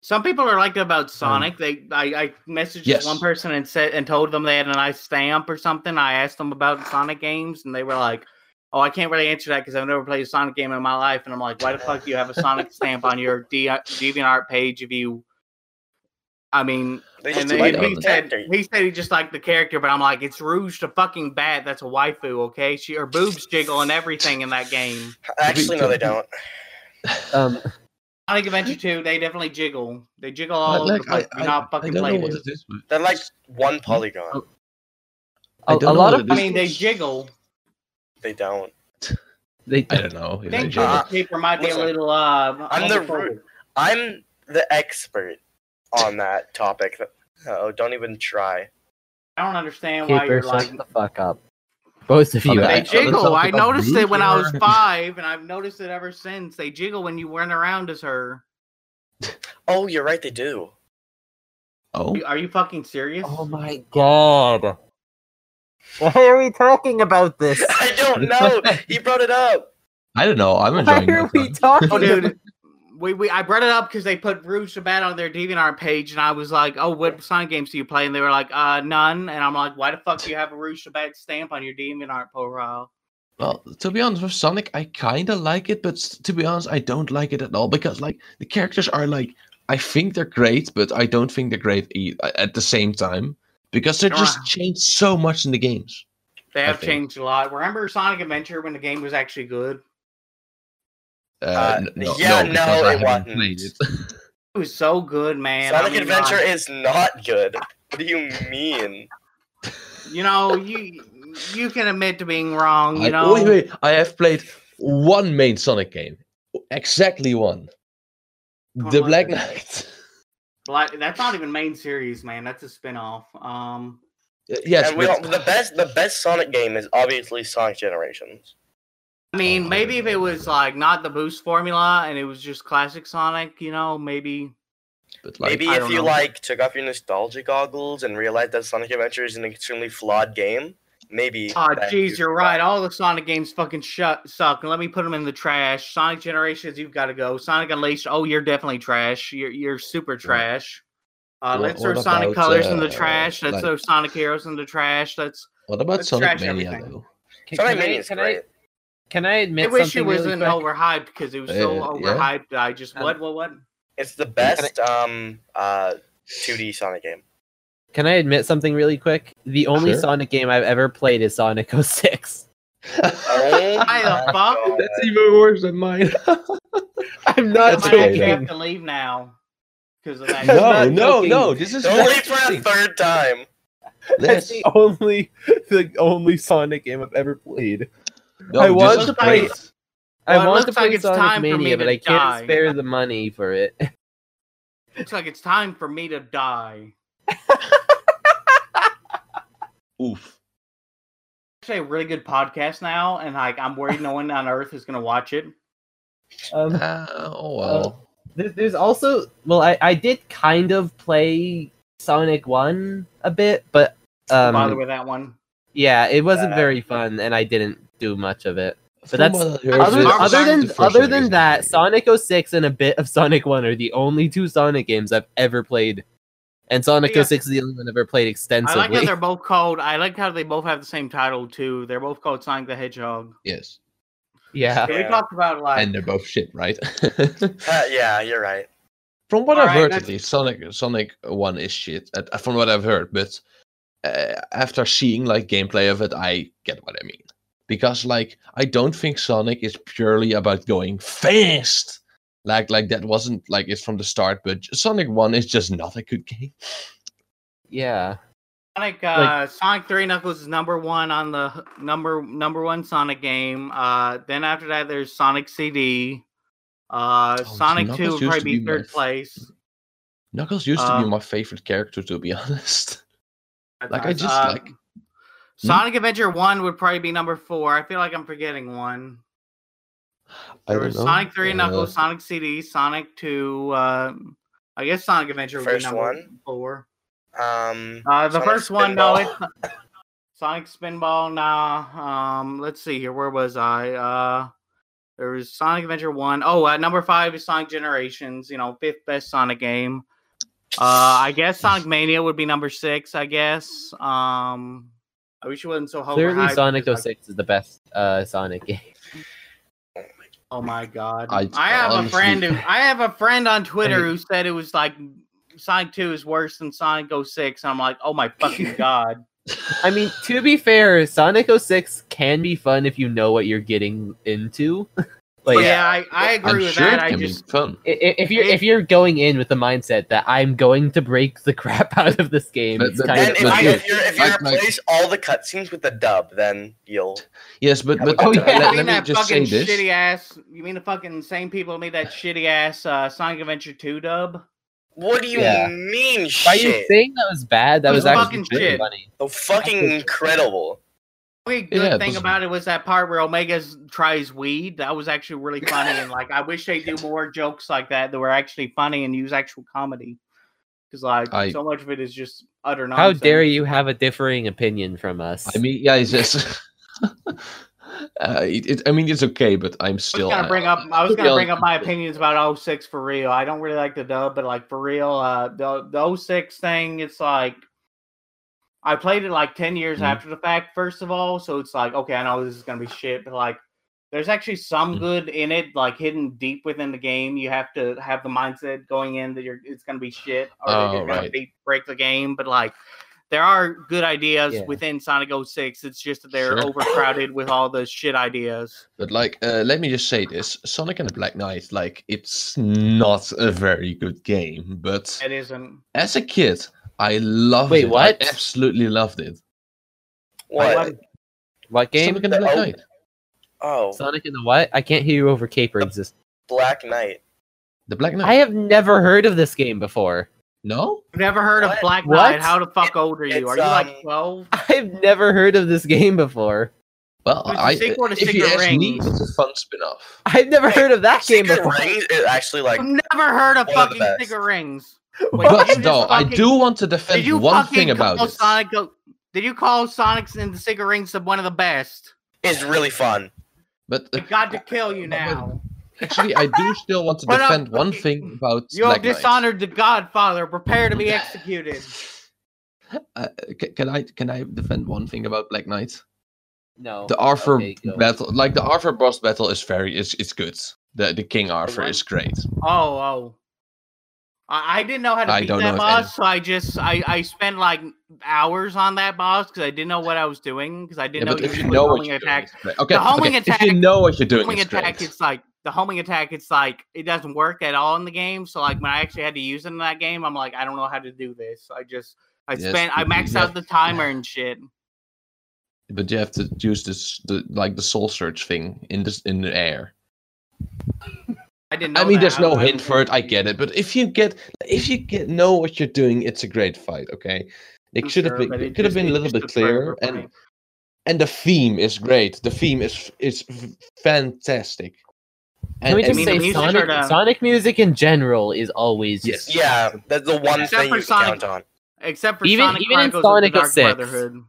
Some people are like that about Sonic. They, I, I messaged
Yes.
one person and said and told them they had a nice stamp or something. I asked them about Sonic games, and they were like, "Oh, I can't really answer that because I've never played a Sonic game in my life." And I'm like, "Why the fuck do you have a Sonic stamp on your D- DeviantArt page if you?" I mean,
They
And
like
just
then
that
he,
like
on
he
the
said
character.
he said he just liked the character, but I'm like, it's Rouge to fucking bat. That's a waifu, okay? She her boobs jiggle and everything in that game.
Actually, no, they don't.
um,
Sonic Adventure 2, they definitely jiggle. They jiggle all over
like,
the place.
I-
I, not
I
fucking
don't know
played
what
it.
it is. but
They're like one polygon.
Oh.
I
a,
don't
a
know
lot
what
of
it
I
is.
mean, they jiggle.
They don't.
they
I don't know. if
I
they
think
jiggle.
Uh,
uh, paper might be a
listen,
little. Uh,
I'm the
homophobic.
Rouge. I'm the expert on that topic. Oh, don't even try.
I don't understand why
paper
you're
shut
like.
the fuck up. Both of you.
Okay.
They
Let's talk
jiggle. I
about
noticed it when I was
Rouge.
five, and I've noticed it ever since. They jiggle when you weren't around as her.
Oh, you're right. They do.
oh,
You- Are you fucking serious?
Oh my god. Why are we talking about this?
I don't know. he brought it up.
I don't know. I'm
Why
enjoying.
are
it,
we
though.
talking?
Oh,
about-
dude. We, we I brought it up because they put Rouge to Bat on their DeviantArt page, and I was like, "Oh, what Sonic games do you play?" And they were like, "Uh, none." And I'm like, "Why the fuck do you have a Rouge to Bat stamp on your DeviantArt profile?"
Well, to be honest with Sonic, I kind of like it, but s- to be honest, I don't like it at all because like the characters are like I think they're great, but I don't think they're great e- a- at the same time because they just
Ah.
changed so much in the games.
They
I
have
think.
changed a lot. Remember Sonic Adventure when the game was actually good?
Uh,
Uh,
n- no, no,
yeah, no,
because I
it
haven't
wasn't.
played it.
It was so good, man. I
Sonic
mean,
Adventure
like,
is not good. What do you mean?
you know, you you can admit to being wrong. You
I-
know,
wait, wait, I have played one main Sonic game, exactly one.
What
The
was
Black
it?
Knight.
Like, that's not even main series, man. That's a spinoff. Um,
Uh, yes,
and we
but-
don't, the best the best Sonic game is obviously Sonic Generations.
I mean,
Oh, I
maybe if
don't
it
know.
was like not the boost formula and it was just classic Sonic, you know, maybe
but, like,
Maybe
I
if
don't
you
know.
like took off your nostalgia goggles and realized that Sonic Adventure is an extremely flawed game, maybe.
Oh,
then
jeez,
you'd
you're
try.
right. All the Sonic games fucking shut, suck. And let me put them in the trash. Sonic Generations, you've got to go. Sonic Unleashed, oh, you're definitely trash. You're you're super trash. Uh,
Wha-
let's throw
what
Sonic
about,
Colors in the
uh,
trash. Let's
like-
throw Sonic Heroes in the trash. Let's.
what about
Let's
Sonic
trash
Mania
everything.
though?
Can-
Sonic
can I-
Mania is
can I-
great.
Can I admit
I wish it
something really
wasn't
quick?
overhyped because it was so
Uh, yeah.
overhyped. that I just
Um,
what what what?
It's the best um uh 2D Sonic game.
Can I admit something really quick? The only
Sure.
Sonic game I've ever played is Sonic 06.
Oh
Why the
my
fuck?
God.
That's even worse than mine.
I'm
I
not
That's okay, though.
might actually
joking.
have to leave now because of that.
no,
not
no,
joking.
no. This is
Don't leave for a
fascinating.
third time.
This.
the only the only Sonic game I've ever played.
No,
I
this
was
is
about-
great.
Well,
I
it
want to
looks
play
like it's
Sonic
time for me
Mania, but
to
I can't
die.
spare the money for it.
Looks like it's time for me to die.
Oof.
Actually, a really good podcast now, and like I'm worried no one on earth is gonna watch it.
Um,
Uh, oh well.
There- There's also well, I, I did kind of play Sonic One a bit, but
Bother
um,
with that one.
yeah, it wasn't
Uh,
very fun, and I didn't do much of it.
From
that's-
what I heard,
Other,
this
Sonic
other
is
than
the first
other
one
than
is
that,
great.
Sonic 06 and a bit of Sonic One are the only two Sonic games I've ever played, and Sonic
Yeah.
06 is the only one I've ever played
I
extensively.
like how they're both called. I like how they both have the same title too. They're both called Sonic the Hedgehog.
Yes,
yeah,
We
Yeah.
talked about like
and they're both shit, right?
Uh, yeah, you're right.
from what
All
I've
right,
heard,
let's-
at least Sonic Sonic One is shit. At, uh, from what I've heard, but uh, after seeing like gameplay of it, I get what I mean. Because like I don't think Sonic is purely about going fast. Like like that wasn't like it's from the start. But Sonic One is just not a good game.
yeah.
Sonic, uh, Sonic Three Knuckles is number one on the number number one Sonic game. Uh, then after that, there's Sonic CD. Uh,
Oh,
Sonic
Knuckles
Two would
used
probably
to
be
be
third
my-
place.
Knuckles used to
Uh,
be my favorite character, to be honest. Like, I
Uh,
just like- hmm?
Sonic Adventure One would probably be number four. I feel like I'm forgetting one.
I
There
don't
was
know.
Sonic Three
Uh,
Knuckles, Sonic CD, Sonic Two. Uh, I guess Sonic Adventure would
First
be number
one?
four.
Um,
Uh, the
Sonic
first one, no,
Spinball.
it's not- Sonic Spinball. Nah. Um, let's see here. Where was I? Uh, there was Sonic Adventure One. Oh, uh, number five is Sonic Generations. You know, fifth best Sonic game. Uh, I guess Sonic Mania would be number six. I guess. Um, I wish it wasn't so home.
Clearly, Sonic 06 is the best uh, Sonic game.
Oh my god! I,
I-
have a
honestly-
friend who I have a friend on Twitter
Hey.
who said it was like Sonic Two is worse than Sonic 06. And I'm like, oh my fucking god!
I mean, to be fair, Sonic 06 can be fun if you know what you're getting into. like,
But
i
yeah, I, I agree
I'm
with
sure
that.
it
I
can be
just
fun.
i- if you're if you're going in with the mindset that I'm going to break the crap out of this game,
But-
it's
but-
kind
and
of
if,
but
you,
dude,
if, you're, if you
like- like-
replace all the cutscenes with the dub, then you'll.
Yes, but, but
Oh,
uh,
yeah.
let,
you
let
mean
me
that
just say
fucking
this.
shitty ass? You mean the fucking same people made that shitty ass uh, Sonic Adventure Two dub?
What do you
Yeah.
mean,
Why are you
shit?
saying that was bad? That
It
was
was
actually
fucking
really
shit.
funny.
Oh, fucking incredible.
Only good
Yeah, it
thing
was-
about it was that part where Omega s- tries weed. That was actually really funny, and like I wish they do more jokes like that that were actually funny and use actual comedy. Because like
I-
so much of it is just utter
How
nonsense.
dare you have a differing opinion from us?
I mean, yeah, it's just. Uh, it, it, I mean, it's okay, but I'm
I was
still.
gonna bring up.
uh,
I was
to be
gonna bring
honest
up my
with you,
opinions about 06 for real. I don't really like the dub, but like for real, uh, the the 06 thing, it's like I played it like 10 years
Mhm.
after the fact. First of all, so it's like okay, I know this is gonna be shit, but like there's actually some
Mhm.
good in it, like hidden deep within the game. You have to have the mindset going in that you're it's gonna be shit, or that
Oh,
you're gonna
right.
beat, break the game. But like there are good ideas
Yeah.
within Sonic 06. It's just that they're
Sure.
overcrowded with all the shit ideas.
But like, uh, let me just say this: Sonic and the Black Knight, like, it's not a very good game. But
It isn't.
as a kid, I loved
Wait,
it.
what?
I absolutely loved it.
What?
I-
what game?
Sonic and the Black
Oh.
Knight.
oh,
Sonic and the what? I can't hear you over capering. Just-
Black Knight.
The Black Knight.
I have never heard of this game before.
No,
I've never heard
What?
of Black
What?
Knight. How the fuck old are you?
it's,
Are you
um,
like 12?
I've never heard of this game before.
well,
It's a
I.
sequel to
if you
Secret
ask me,
Rings.
it's a fun spin-off.
I've never
Wait,
heard of that game
Secret
before.
Rings is actually like.
I've never heard
one of
of
the
fucking
best.
Sticker Rings. Wait,
But
you just
no, I
fucking-
do want to
Did
defend
you
one
fucking
thing about
call
it.
Sonic? the- Did you call Sonic's and the Sticker Rings the- one of the best?
It's really fun.
But uh,
I got to kill you now.
actually, I do still want to
But, uh,
defend one
okay.
thing about
You have
Black Knight.
dishonored the Godfather. Prepare to be executed.
Uh, ca- can I can I defend one thing about Black Knight?
No.
The Arthur
okay, go.
battle, like the Arthur boss battle, is very it's it's good. The the King Arthur
one?
is great.
Oh, oh. I, I didn't know how to
I
beat
don't know
that
if any-
boss, so I just I, I spent like hours on that boss because I didn't know what I was doing because I
Yeah,
didn't know
but
you
if
were
you
doing
know what
homing
you're
attacks.
doing, it's great. okay,
homing
okay. if
attack-
you know what you're doing,
homing
it's
attack
great.
it's like the homing attack it's like it doesn't work at all in the game so like when i actually had to use it in that game i'm like i don't know how to do this i just I
Yes,
spent I
but you
maxed
have-
out the timer and shit.
But you have to use this the like the soul search thing in this in the air.
I didn't. Know
I mean,
that.
there's no
I-
hint for it. I get it. But if you get if you get know what you're doing, it's a great fight. Okay, it
I'm
should have
sure,
been
but
it
it
could have
just-
been a
it
little
just
bit
deferred
clearer
my
and
brain.
and the theme is great. The theme is is f- fantastic.
Can we
I
just
mean, the
say
music uh,
Sonic,
or the-
Sonic music in general is always
Yes.
Yeah, that's the one
Except
thing
for
you can
Sonic-
count on.
except for
Even-
Sonic
even in
Chronicles of
Sonic
the Dark
06.
Brotherhood.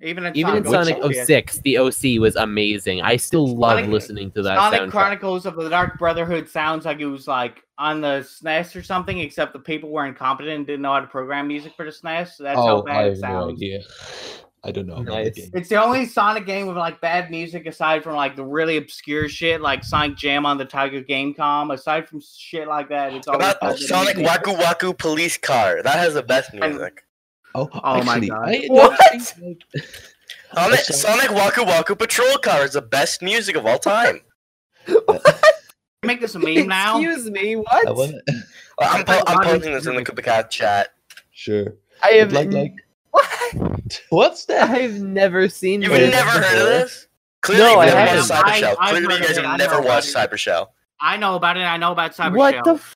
Even in
Even in Sonic
Sonic
06, the OC was amazing. I still love
Sonic-
listening to that
Sonic
soundtrack.
Chronicles of the Dark Brotherhood sounds like it was like on the SNES or something, except the people were incompetent and didn't know how to program music for the SNES. So that's how
oh, I
bad it
have no
sounds.
idea. I don't know. about the
Nice.
game.
It's the only Sonic game with like bad music aside from like the really obscure shit like Sonic Jam on the Tiger Gamecom. Aside from shit like that, it's all
About
Oh,
Sonic
yeah.
Waku Waku Police Car. That has the best music.
Oh,
Oh my
actually,
God.
I don't
What?
think-
Sonic,
Sorry.
Sonic Waku Waku Patrol Car is the best music of all time.
Make this a meme now.
Excuse me,
I
what?
wanna-
I'm, po- I'm
Sonic-
posting this in the Kubika chat.
sure.
I have
Like, like,
what?
what's that?
I've never seen
You've
this.
never heard of this? Clearly,
No,
you've
I
never
haven't.
watched Cyber
I-
Shell.
I've
Clearly,
heard
you
of
guys
it. I
have
know
never
about
watched
it.
Cyber Shell.
I know about it. I know about Cyber
What
Shell.
the? F-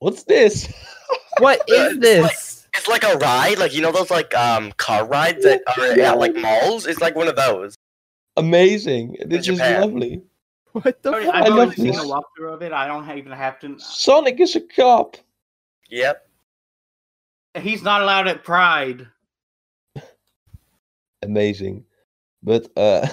What's this?
what is this?
It's like a ride, like you know those like um car rides that are at like malls. It's like one of those.
Amazing! This is
Japan.
lovely.
What the?
Sorry,
fuck?
I've
I love
already seen
this.
a walkthrough of it. I don't even have to.
Sonic is a cop.
Yep.
He's not allowed at Pride.
Amazing, but uh,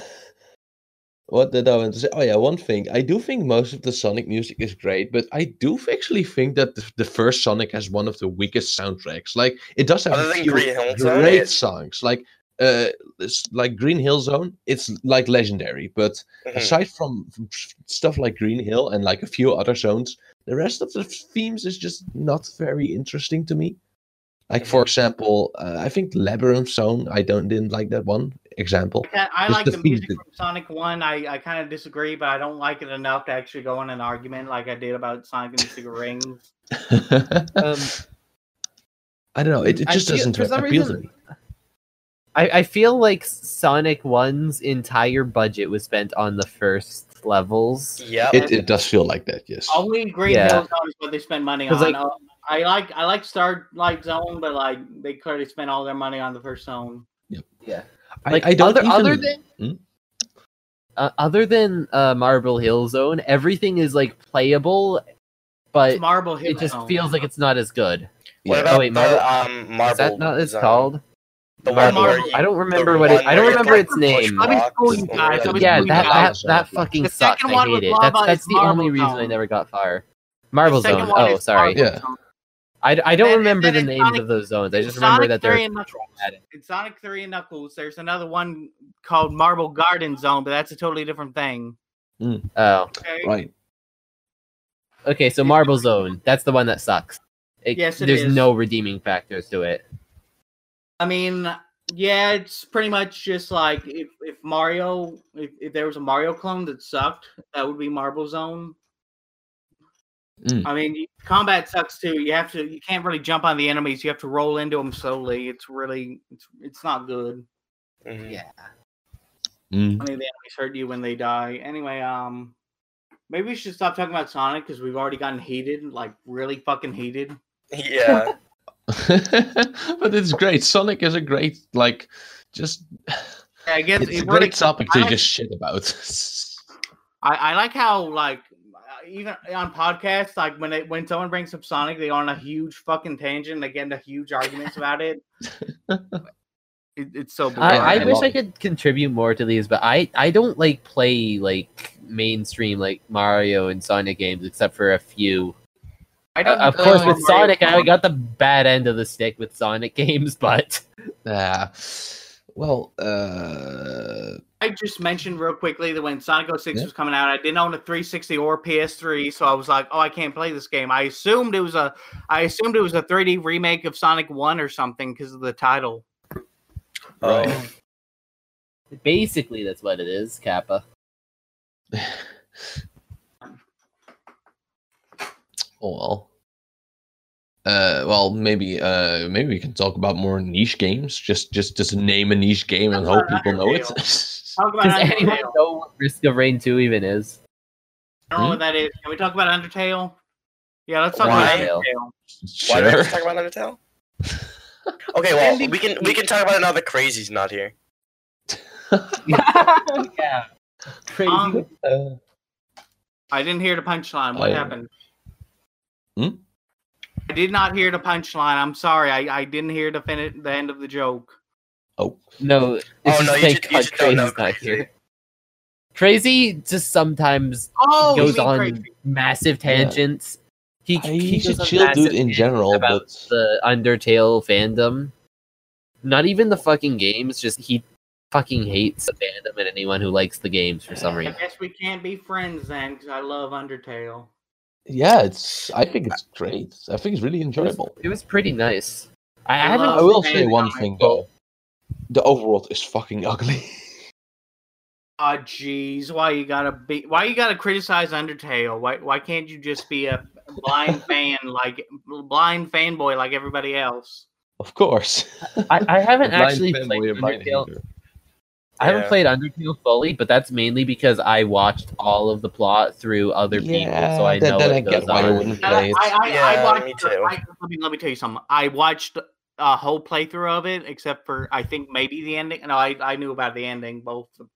what did I want to say? Oh yeah, one thing. I do think most of the Sonic music is great, but I do actually think that the, the first Sonic has one of the weakest soundtracks. Like it does have
Other
a
than
few
Green Hill Zone,
great
it's-
songs. Like uh, it's like Green Hill Zone. It's like legendary, but
Mm.
Mhm.
aside from from s- stuff like Green Hill and like a few other zones, the rest of the themes is just not very interesting to me. Like
Mm.
for example, uh, I think Labyrinth Zone. I don't didn't like that one example.
I, I
It's
like
the
the
theme
music
that-
from Sonic One. I, I kind of disagree, but I don't like it enough to actually go in an argument like I did about Sonic and the Secret Rings.
Um,
I don't know. It, it
I
just
feel-
doesn't
for some
appeal to
reason-
me.
I, I feel like Sonic One's entire budget was spent on the first levels.
Yep.
It, it does feel like that. Yes.
Only Green
Yeah.
Hill Zone is what they spend money on.
'Cause, like-
Uh, I like I like Starlight Zone, but like they clearly spent all their money on the first zone.
I,
Like
I don't
other other
even-
than
Hmm?
uh, other than uh, Marble Hill Zone, everything is like playable,
It's
but
Marble Hill.
it just
Zone.
feels like it's not as good.
What
yeah.
about
Oh, wait, Marvel-
the um marble?
Is that not it's
Zone?
called?
The one
Marble-
where you,
I don't remember
the
what it.
one
I don't
where you
remember
can
its name.
Let me school you
Or
guys. Let me
Yeah,
school you
that that,
guys.
that fucking
The
sucked.
second
I
one
hate
with
it.
lava
That's that's
is
the only
Marble
reason I
Zone.
never got far. Marble
The second
Zone.
one
Oh,
is
sorry.
Marble
Yeah.
Zone.
I, I don't
And- and
remember
then
the
in
names
Sonic-
of those zones. I just
in
remember
Sonic
that they're
and Knuckles.
bad.
In Sonic Three and Knuckles, there's another one called Marble Garden Zone, but that's a totally different thing.
Oh,
Okay.
Right.
okay. So Marble Zone. That's the one that sucks. It,
Yes, it
there's
is.
no redeeming factors to it.
I mean, yeah, it's pretty much just like if, if Mario, if, if there was a Mario clone that sucked, that would be Marble Zone.
Mm.
I mean, you- combat sucks too. You have to, you can't really jump on the enemies. You have to roll into them slowly. It's really, it's, it's not good.
Mhm.
Yeah.
Mm.
How many of the enemies hurt you when they die? Anyway, um, maybe we should stop talking about Sonic because we've already gotten heated, like really fucking heated.
Yeah.
but it's great. Sonic is a great like, just
I guess
it's a
it really
great topic to
I-
just shit about.
I, I like how like uh, even on podcasts, like when it, when someone brings up Sonic, they go on a huge fucking tangent and they get into huge arguments about it. it it's so
Yeah,
I, I
I
wish
love
I
it.
could contribute more to these, but I, I don't like play like mainstream like Mario and Sonic games except for a few.
I
Uh, of course,
know
with Sonic, I got the bad end of the stick with Sonic games, but
Yeah. Well, uh,
I just mentioned real quickly that when Sonic 06
Yeah.
was coming out, I didn't own a 360 or PS3, so I was like, "Oh, I can't play this game." I assumed it was a, I assumed it was a 3D remake of Sonic One or something because of the title.
Oh.
basically that's what it is, Kappa.
oh well. Uh, well, maybe uh, maybe we can talk about more niche games. Just just just name a niche game and hope people know it.
Talk about
Does
Undertale.
anyone know what Risk of Rain 2 even is?
I don't know
Hmm?
what that is. Can we talk about Undertale? Yeah, let's talk
Why?
about Undertale.
Why do we
sure.
have to talk about Undertale? okay, well we can we can talk about it now that Crazy's not here.
yeah. Crazy.
Um,
Uh,
I didn't hear the punchline. What
I-
happened?
Hmm?
I did not hear the punchline. I'm sorry. I, I didn't hear the fin- the end of the joke.
no,
Oh,
it's
no,
just
you
thank
just- you just
God
don't
Crazy's
know
not
Crazy.
here. Crazy just sometimes
Oh, you
goes
mean
on
crazy.
massive tangents. He,
I-
he
he's
goes
a
on
chill
massive
dude in
tangents
general,
about
but
the Undertale fandom. Not even the fucking games, just he fucking hates the fandom and anyone who likes the games for some
I
reason.
guess we can't be friends then, because I love Undertale.
yeah, it's. I think it's great. I think it's really enjoyable.
It was pretty nice. I, I
I
haven't
love-
I will
man,
say one
I-
thing though. The overworld is fucking ugly.
Ah, jeez, why you gotta be? Why you gotta criticize Undertale? Why why can't you just be a blind fan like blind fanboy like everybody else?
of course.
I, I haven't
Blind
actually
fanboy
played
and mind
Undertale.
hater.
I haven't
Yeah.
played Undertale fully, but that's mainly because I watched all of the plot through other people, so I
then,
know
then
it
I get
goes
why you
on.
wouldn't
And I-
play it.
Uh, I, I, I
Yeah,
watched
me
the-
too.
I- let, me, let me tell you something. I watched a whole playthrough of it, except for I think maybe the ending. No, I, I knew about the ending, both the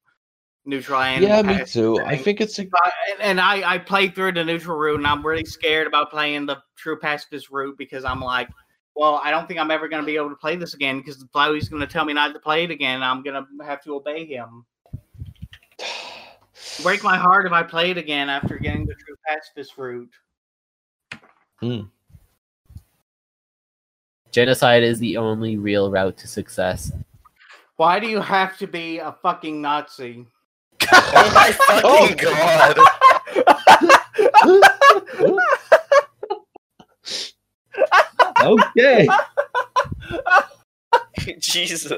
neutral and
yeah, me
I-
too. I
and-
think it's a
but- and, and I, I played through the neutral route, and I'm really scared about playing the true pacifist route because I'm like, well, I don't think I'm ever going to be able to play this again because the Flowey's going to tell me not to play it again. And I'm going to have to obey him. Break my heart if I play it again after getting the true pacifist route.
Genocide is the only real route to success.
Why do you have to be a fucking Nazi?
Oh my fucking god!
okay.
Jesus!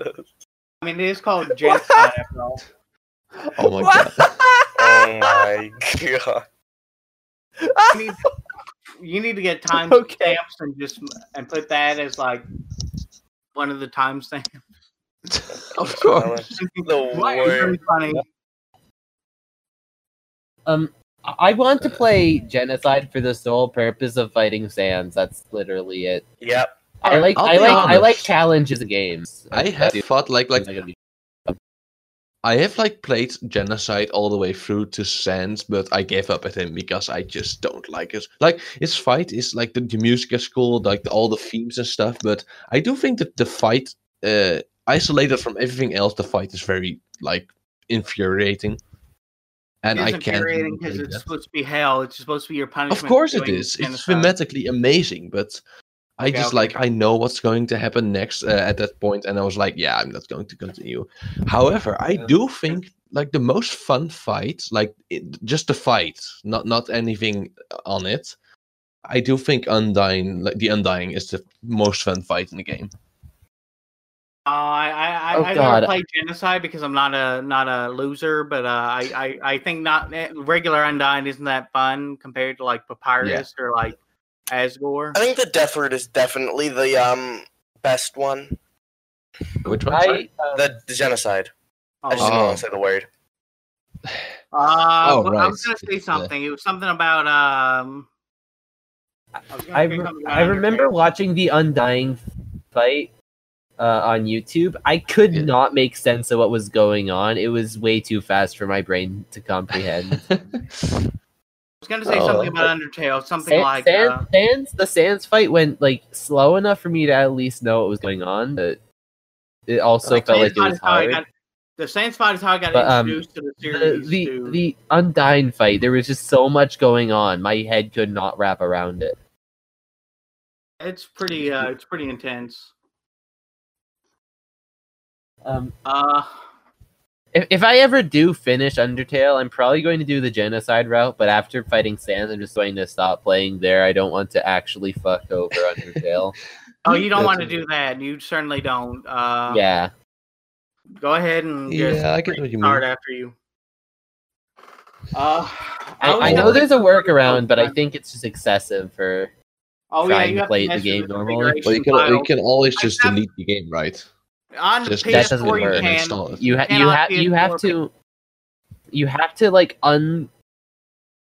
I mean, it is called genocide after all.
Oh my god.
Oh my god!
You need, you need to get timestamps and just and put that as like one of the timestamps.
Of course.
The
Why is
word.
it funny?
Um, I I want
Uh.
to play Genocide for the sole purpose of fighting Sans. That's literally it.
Yep.
I like
I'll
I
be
like I
honest.
like challenges in games.
I have
do.
thought like like
I'm gonna be-
I have like played Genocide all the way through to Sands, but I gave up at him because I just don't like it. Like his fight is like the, the music is cool, like the, all the themes and stuff, but I do think that the fight, uh, isolated from everything else, the fight is very like infuriating, and I
it's
can't.
infuriating because
like
it's
that.
supposed to be hell. It's supposed to be your punishment.
Of
for
course it
doing
is. It's
genocide.
thematically amazing, but I
Okay,
just
okay.
like I know what's going to happen next uh, at that point, and I was like, yeah, I'm not going to continue. However, I do think like the most fun fight, like it, just the fight, not not anything uh, on it. I do think Undying, like the Undying, is the most fun fight in the game.
Oh, I I, I,
Oh,
I
God.
never play genocide because I'm not a not a loser, but uh, I, I I think not eh, regular undying isn't that fun compared to like papyrus or like Asgore.
I think the Death Root is definitely the um best one.
Which one? sorry?
I, uh,
The, the genocide. I just
Oh,
Oh.
didn't want to say the word.
Uh,
Oh,
well, I was
right.
gonna say
It's, uh,
something. It was something about um. was gonna
I,
say
re-
something about
I remember
Undertale.
watching the Undying fight uh, on YouTube. I could
Yeah.
not make sense of what was going on. It was way too fast for my brain to comprehend.
I was gonna say
Oh,
something about Undertale, something
Sa-
like
Sans-
uh,
Sans- the Sans fight went like slow enough for me to at least know what was going on, but it also
Like,
felt
Sans
like it
Fight
was
is how I
hard.
got, the Sans Fight is how I got
But, um,
introduced to the
the
series.
the,
too.
the undying fight there was just so much going on my head could not wrap around it
it's pretty uh, it's pretty intense.
um
Uh,
if, if i ever do finish undertale i'm probably going to do the genocide route but after fighting sans i'm just going to stop playing there i don't want to actually fuck over undertale
oh, you don't want to
That's-
do that. You certainly don't. Uh,
yeah
Go ahead and just
yeah, I get what you mean.
start after you. Uh,
I,
was
I know
gonna-
there's a workaround but i think it's just excessive for
Oh
Try
yeah,
and
you have
play
to
the
mess
game
with the
normally.
configuration
Well, you can
file.
you can always just
have-
delete the game, right?
on the
Just
That doesn't
PS4
work.
you
and
can.
install it.
you ha- you
Cannot
have
be
you have to you have to like un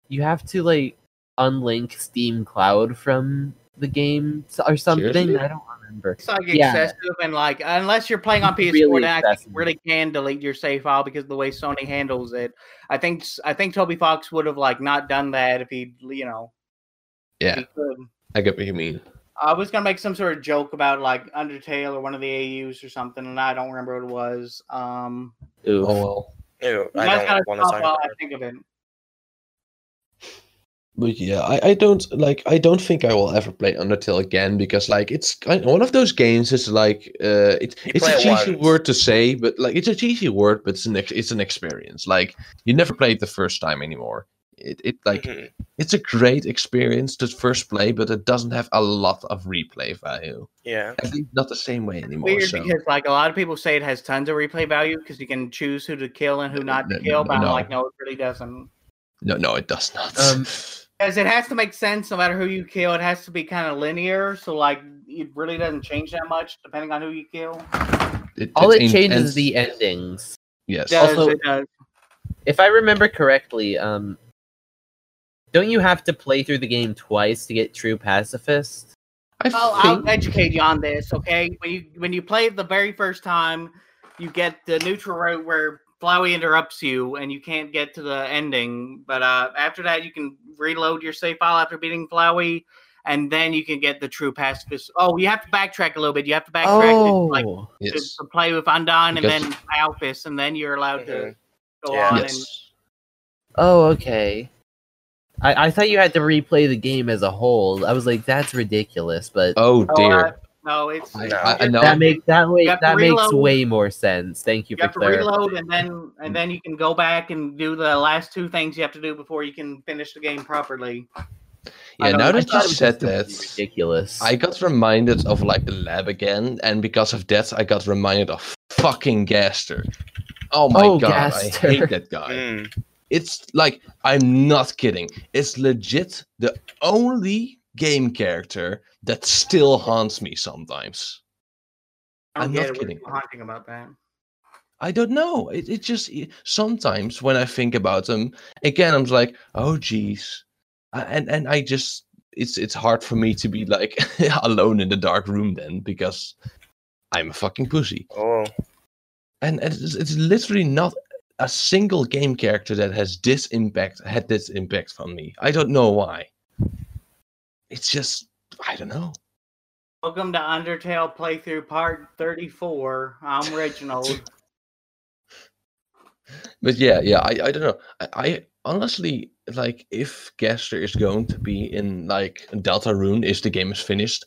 you have to like unlink steam cloud from the game s- or something
Seriously?
i don't remember
It's like
Yeah.
excessive and like unless you're playing on
It's
PS4,
really
then I think you
excessive.
really can delete your save file because of the way Sony handles it. I think I think Toby Fox would have like not done that if he, you know, if
Yeah,
he could.
I get what you mean.
I was gonna make some sort of joke about like Undertale or one of the AUs or something, and I don't remember what it was. Um,
Oof.
Oh well.
Ew,
you
I
guys gotta
don't want to
stop
talk
while
about
I
it.
think of it.
But yeah, I, I don't like I don't think I will ever play Undertale again because like it's kind one of those games is like uh it,
You
it's
play
a
it
cheesy
once.
word to say, but like it's a cheesy word, but it's an ex- it's an experience. Like you never play it the first time anymore. It it like
Mhm.
it's a great experience to first play, but it doesn't have a lot of replay value.
Yeah.
I think not the same way anymore.
Weird
so.
because like a lot of people say it has tons of replay value because you can choose who to kill and who
No,
not to
no, no,
kill, but I'm
no.
like, no, it really doesn't.
No, no, it does not.
Um,
Because it has to make sense no matter who you kill. It has to be kind of linear. So, like, it really doesn't change that much depending on who you kill.
all it
in-
changes
and-
is the endings
yes.
Yeah. Also-
it does.
if i remember correctly um don't you have to play through the game twice to get true pacifist
I
Well,
think-
Oh, I'll educate you on this, okay? When you, when you play it the very first time, you get the neutral route where Flowey interrupts you and you can't get to the ending. But uh, after that, you can reload your save file after beating Flowey. And then you can get the true pacifist. Oh, you have to backtrack a little bit. You have to backtrack to, like,
oh
to,
yes.
to play with Undyne and
Because-
then Alphys, and then you're allowed to go
Mm-hmm. Yeah.
on and
yes.
oh okay I, I thought you had to replay the game as a whole. I was like, that's ridiculous, but
Oh
Oh,
dear.
uh, no, it's
I,
no.
I, I know.
that makes that way
You have to
that makes
reload.
way more sense. Thank you,
you have
for
to
clarifying.
reload and then
Mm.
and then you can go back and do the last two things you have to do before you can finish the game properly. I
yeah,
know,
now
I
that you
thought it was
said
completely
that,
ridiculous.
I got reminded of like the lab again, and because of that, I got reminded of fucking Gaster. Oh my
Oh,
god,
Gaster.
I hate that guy.
Mm.
It's like I'm not kidding. It's legit the only game character that still haunts me sometimes.
I don't
I'm
get
not
it. What are
kidding.
you Haunting about that.
I don't know. It, it just i- sometimes when I think about them again, I'm like, oh geez, A- and and I just it's it's hard for me to be like alone in the dark room then because I'm a fucking pussy,
Oh.
and it's, it's- it's literally not a single game character that has this impact had this impact on me. I don't know why. It's just I don't know.
Welcome to Undertale playthrough part thirty-four. I'm Reginald.
But yeah, yeah, I, I don't know. I, I honestly like if Gaster is going to be in like Delta Rune if the game is finished,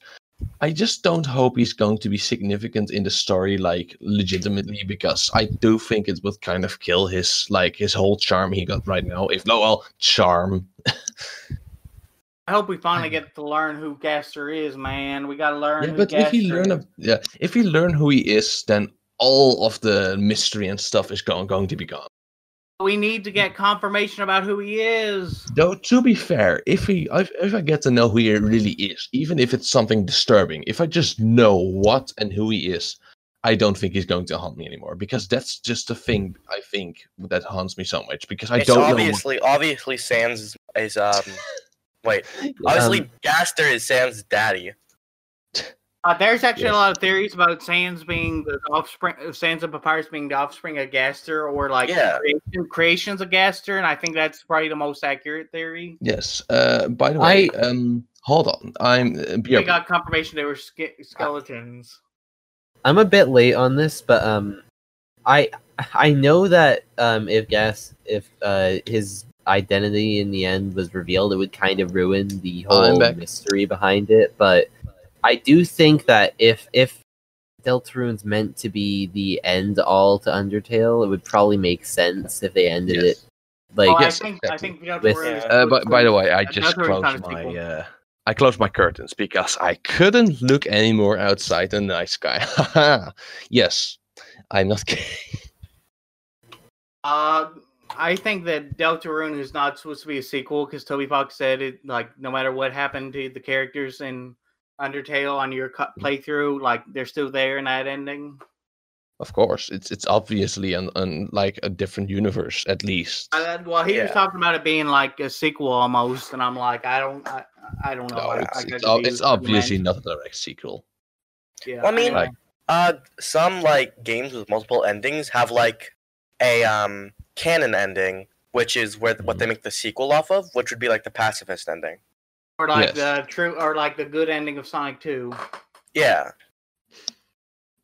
I just don't hope he's going to be significant in the story like legitimately because I do think it would kind of kill his like his whole charm he got right now. If no well charm.
I hope we finally get to learn who Gaster is, man. We gotta learn.
Yeah,
who
but if he
Gaster
learn
is.
of, yeah, if he learn who he is, then all of the mystery and stuff is going going to be gone.
we need to get confirmation about who he is.
Though to be fair, if he if, if I get to know who he really is, even if it's something disturbing, if I just know what and who he is, I don't think he's going to haunt me anymore because that's just the thing I think that haunts me so much because I
it's
don't
obviously obviously Sans is, is um wait.
know. what-
Obviously Gaster is Sans' daddy.
Uh, there's actually
Yes.
a lot of theories about Sans being the offspring, uh, Sans and Papyrus being the offspring of Gaster, or like
Yeah.
creation, creations of Gaster, and I think that's probably the most accurate theory.
yes. Uh, by the way, um, hold on. I'm uh,
We
BRB.
got confirmation they were ske- skeletons.
I'm a bit late on this, but um, I I know that um, if gas if uh his identity in the end was revealed, it would kind of ruin the
Oh, I'm
whole
back.
mystery behind it. But I do think that if if Deltarune's meant to be the end all to Undertale, it would probably make sense if they ended
Yes.
it like
oh,
yes,
I think I
exactly.
think we got
With-
where-
Uh, by, by the way, I
That's
just
where we found
closed
a
my
sequel.
uh, I closed my curtains because I couldn't look anymore outside the night sky. yes, I'm not kidding.
Uh, I think that Deltarune is not supposed to be a sequel because Toby Fox said it like no matter what happened to the characters in Undertale on your
Mm-hmm.
cut playthrough, like they're still there in that ending.
Of course, it's it's obviously an, an like a different universe at least.
Uh, well, he was
Yeah.
talking about it being like a sequel almost, and I'm like, I don't, I, I don't know.
No,
I,
it's,
I
it's,
couldn't
ob-
do
it's
it, man.
obviously not a direct sequel.
Yeah,
Well, I mean,
Like-
Uh, some like games with multiple endings have like a um canon ending, which is where what they make the sequel off of, which would be like the pacifist ending.
or like
yes.
the true, or like the good ending of Sonic Two.
Yeah,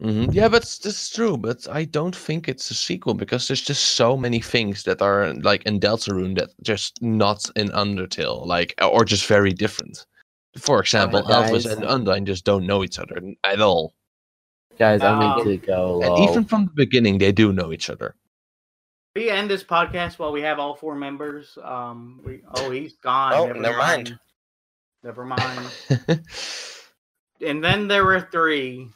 hmm Yeah, but it's- that's true. But I don't think it's a sequel because there's just so many things that are like in Deltarune that just not in Undertale, like or just very different. For example, Elvis
guys.
and Undyne just don't know each other n- at all,
Guys, I
Um,
need to go.
and even from the beginning, they do know each other.
We end this podcast while we have all four members. Um, we oh he's gone.
Oh, never mind.
Never mind. and then there were three.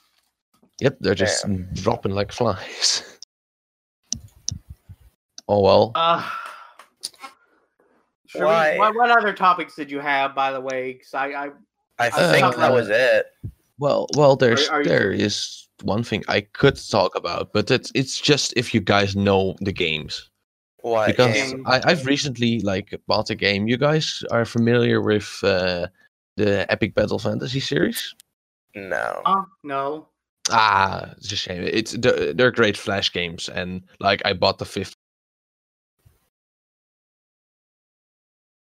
yep, they're just dropping like flies. Oh well.
Uh, should we-
Why?
what, what other topics did you have, by the way? 'Cause I, I
I
Uh,
think that was it.
Well, well, there's
are you-
there is one thing I could talk about, but it's it's just if you guys know the games
What?
because
game?
I, I've recently like bought a game. You guys are familiar with uh, the Epic Battle Fantasy series?
No.
oh, no.
Ah, it's a shame. It's they're, they're great flash games, and like I bought the fifth.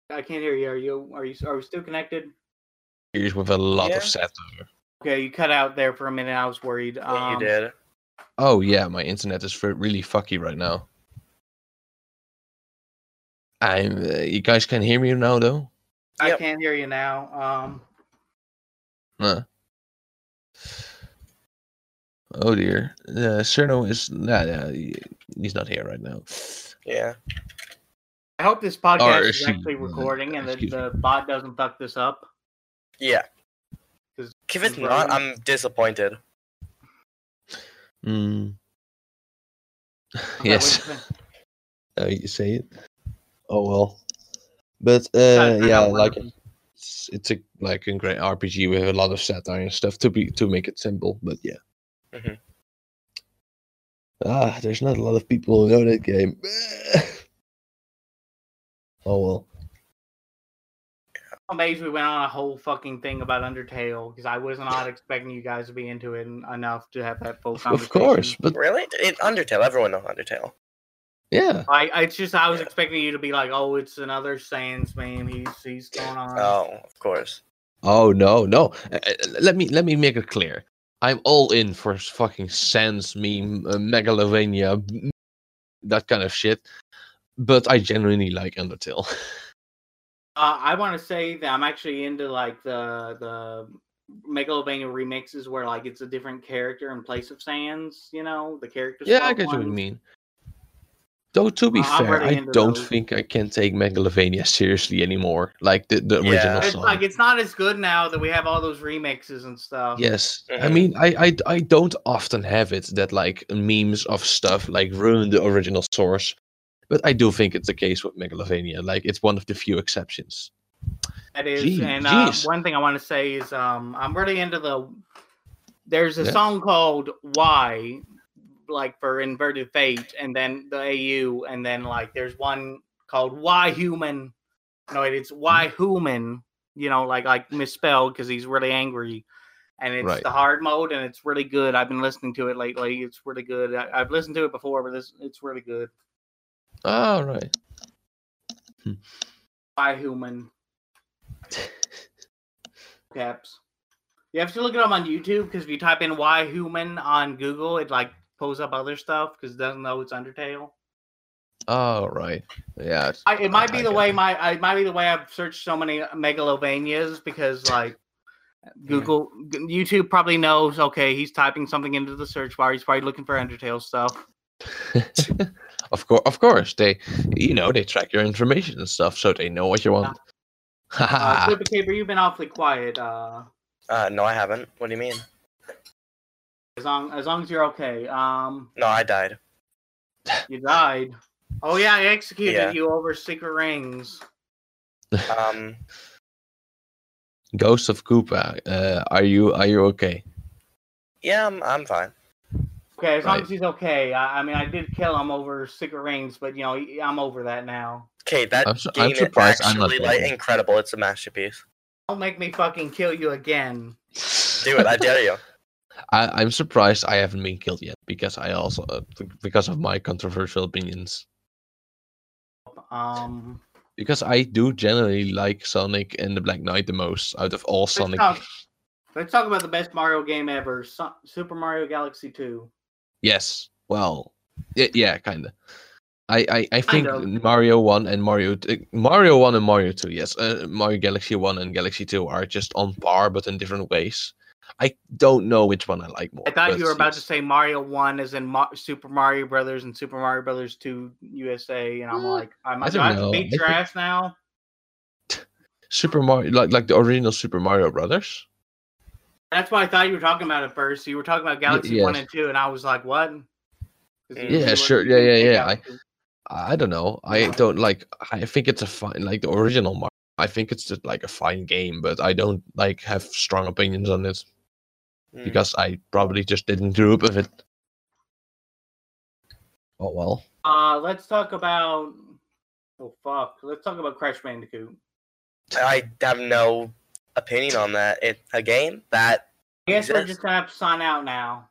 I can't hear you. Are you are you are we still connected?
Series with a lot
Yeah.
of satire.
Okay, you cut out there for a minute. I was worried.
Yeah,
Um,
you did.
Oh yeah, my internet is fr- really fucky right now. I'm. Uh, you guys can hear me now though.
I
Yep.
can't hear you now. Um,
Huh. Oh dear. Uh, Cerno is. Nah, nah, he- he's not here right now.
Yeah.
I hope this podcast is
excuse-
actually recording and that
excuse me.
the bot doesn't fuck this up.
Yeah.
'Cause-
If it's not, I'm disappointed.
Mm.
Okay,
yes.
wait
Oh, you
a second.
say it. Oh well. But
Gotta
uh,
find
yeah,
out where-
like it's, it's a like a great RPG with a lot of satire and stuff to be to make it simple. But yeah.
Mm-hmm.
Mhm.
Ah, there's not a lot of people who know that game. oh well.
I'm amazed we went on a whole fucking thing about Undertale because I was not expecting you guys to be into it en- enough to have that full conversation.
Of course, but
Really? In Undertale, everyone knows Undertale.
yeah.
I, I- it's just I was expecting you to be like, oh, it's another Sans meme. He's he's going on.
Oh, of course.
Oh no, no. Uh, uh, Let me let me make it clear. I'm all in for s- fucking sans meme, uh, megalovania, m- that kind of shit. But I genuinely like Undertale.
Uh, I want to say that I'm actually into like the the Megalovania remixes where like it's a different character in place of Sans. You know, the character.
yeah, I
swap
get what you
ones.
mean. Though to be
Uh, I'm
fair,
really
I
into
don't
those.
think I can take megalovania seriously anymore. Like the, the
Yeah.
original
It's
song.
like it's not as good now that we have all those remixes and stuff.
Yes, I
Mhm.
mean, I, I I don't often have it that like memes of stuff like ruin the original source, but I do think it's the case with Megalovania. Like it's one of the few exceptions.
That is,
Gee,
and uh,
jeez.
one thing I want to say is, um, I'm really into the. There's a
Yeah.
song called "Why," like for Inverted Fate, and then the AU, and then like there's one called "Why Human." No, wait, it's "Why
Mm.
Human." You know, like like misspelled because he's really angry, and it's
Right.
the hard mode, and it's really good. I've been listening to it lately. It's really good. I, I've listened to it before, but this it's really good.
All right.
Why human? Caps. You have to look it up on YouTube because if you type in "why human" on Google, it like pulls up other stuff because it doesn't know it's Undertale.
All right. Yeah.
I, it might be
I
the
got
way
it.
my I it might be the way I've searched so many megalovanias because like Google YouTube probably knows. Okay, he's typing something into the search bar. He's probably looking for Undertale stuff.
of course, of course, they, you know, they track your information and stuff, so they know what you want.
Uh,
Haha.
Super Caper, you've been awfully quiet. Uh,
Uh, no, I haven't. What do you mean?
as long as long as you're okay. Um,
No, I died.
you died. Oh yeah, I executed
Yeah.
you over secret rings.
Um,
Ghost of Koopa, uh, are you are you okay?
yeah, I'm, I'm fine.
Okay, as long
Right.
as he's okay. I, I mean, I did kill him over secret rings, but you know, I'm over that now.
Okay, that
I'm su- I'm
game is
surprised I'm not
actually like
bad.
incredible. It's a masterpiece.
Don't make me fucking kill you again.
Do it, I dare you.
I, I'm surprised I haven't been killed yet because I also uh, th- because of my controversial opinions.
Um,
Because I do generally like Sonic and the Black Knight the most out of all Sonic.
talk- let's talk about the best Mario game ever: Su- Super Mario Galaxy Two.
Yes. Well. Yeah. yeah kind of. I, I, I think
of.
Mario One and Mario t- Mario One and Mario Two. Yes. Uh, Mario Galaxy One and Galaxy Two are just on par, but in different ways. I don't know which one I like more.
I thought
but
you were about to
yes.
say Mario One, as in Ma- Super Mario Brothers and Super Mario Brothers Two USA, and I'm
Mm,
like, I'm
I
do
don't
I have
know.
to
I
beat your
think-
ass now.
Super Mario, like like the original Super Mario Brothers.
That's why I thought you were talking about it first. You were talking about Galaxy One
yes.
and Two, and I was like, what? 'Cause you-
Yeah,
you were-
sure. Yeah, yeah, yeah. I-
Galaxy-
I don't know. I
Yeah.
don't like. I think it's a fine, like the original Mario. I think it's just like a fine game, but I don't like have strong opinions on it
Mm.
because I probably just didn't grow up with it. Oh well.
Uh, let's talk about. Oh fuck! Let's talk about Crash Bandicoot.
Mm. I have no opinion on that. It a game that
I guess we're
Yes.
just gonna have to sign out now.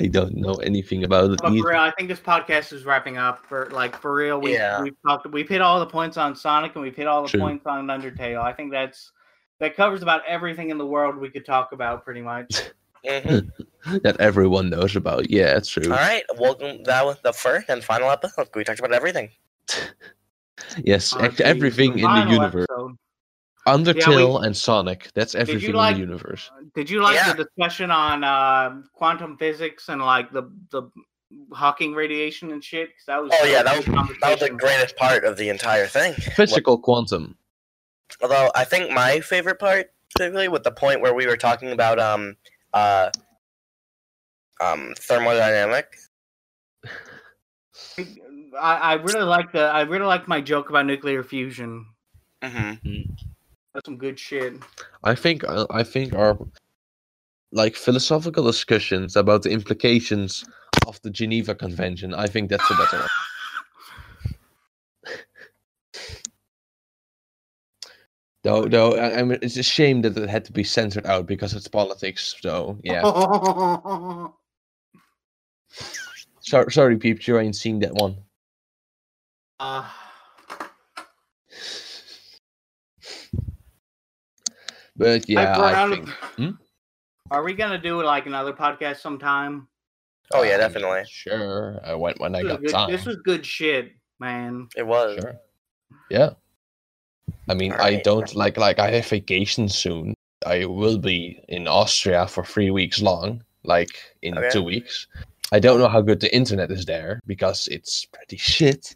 I don't know anything about it
But for
either.
real, I think this podcast is wrapping up. For like for real, we
Yeah.
we've talked, we've hit all the points on Sonic and we've hit all the
True.
points on Undertale. I think that's that covers about everything in the world we could talk about, pretty much.
Mhm.
that everyone knows about. Yeah, it's true.
All right, welcome. That was the first and final episode. We talked about everything.
Yes,
Uh,
act-
the
everything in the
final
universe.
episode.
Undertale and Sonic. That's
you
everything
like-
in the universe.
Did you like
Yeah.
the discussion on uh, quantum physics and like the the Hawking radiation and shit? 'Cause that was
Oh yeah, that was
good
that was the
conversation.
greatest part of the entire thing.
Physical quantum.
Although I think my favorite part, particularly, with the point where we were talking about um uh um thermodynamic.
I, I really like the I really like my joke about nuclear fusion.
Mm-hmm.
That's some good shit.
I think uh, I think our like philosophical discussions about the implications of the Geneva Convention. I think that's a better one. Though, though, I, I mean, it's a shame that it had to be censored out because it's politics. So,
Oh.
yeah.
Uh,
Sorry, sorry, peeps, you ain't seen that one.
Uh,
But yeah,
run out
I
of-
think. Hmm?
Are we gonna do like another podcast sometime?
Oh yeah,
Um,
definitely.
Sure, I went when I
This was
got
good-
time.
this was good shit, man.
It was.
Sure. Yeah. I mean, I
Alright.
don't like like I have vacation soon. I will be in Austria for three weeks long, like in
Okay.
two weeks. I don't know how good the internet is there because it's pretty shit.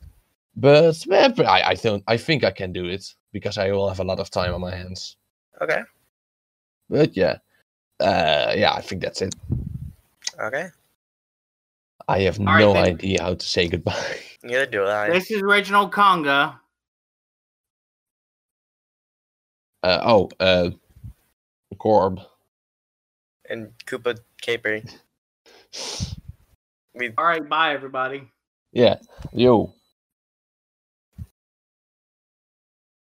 But, eh, but I, I don't. I think I can do it because I will have a lot of time on my hands.
Okay.
But yeah, uh, yeah, I think that's it.
Okay.
I have
Alright,
no
then.
idea how to say goodbye.
Neither do I.
This is Reginald Conga.
Uh, oh, uh, Gorb.
And Koopa Capri. We
All right, bye everybody.
Yeah, yo.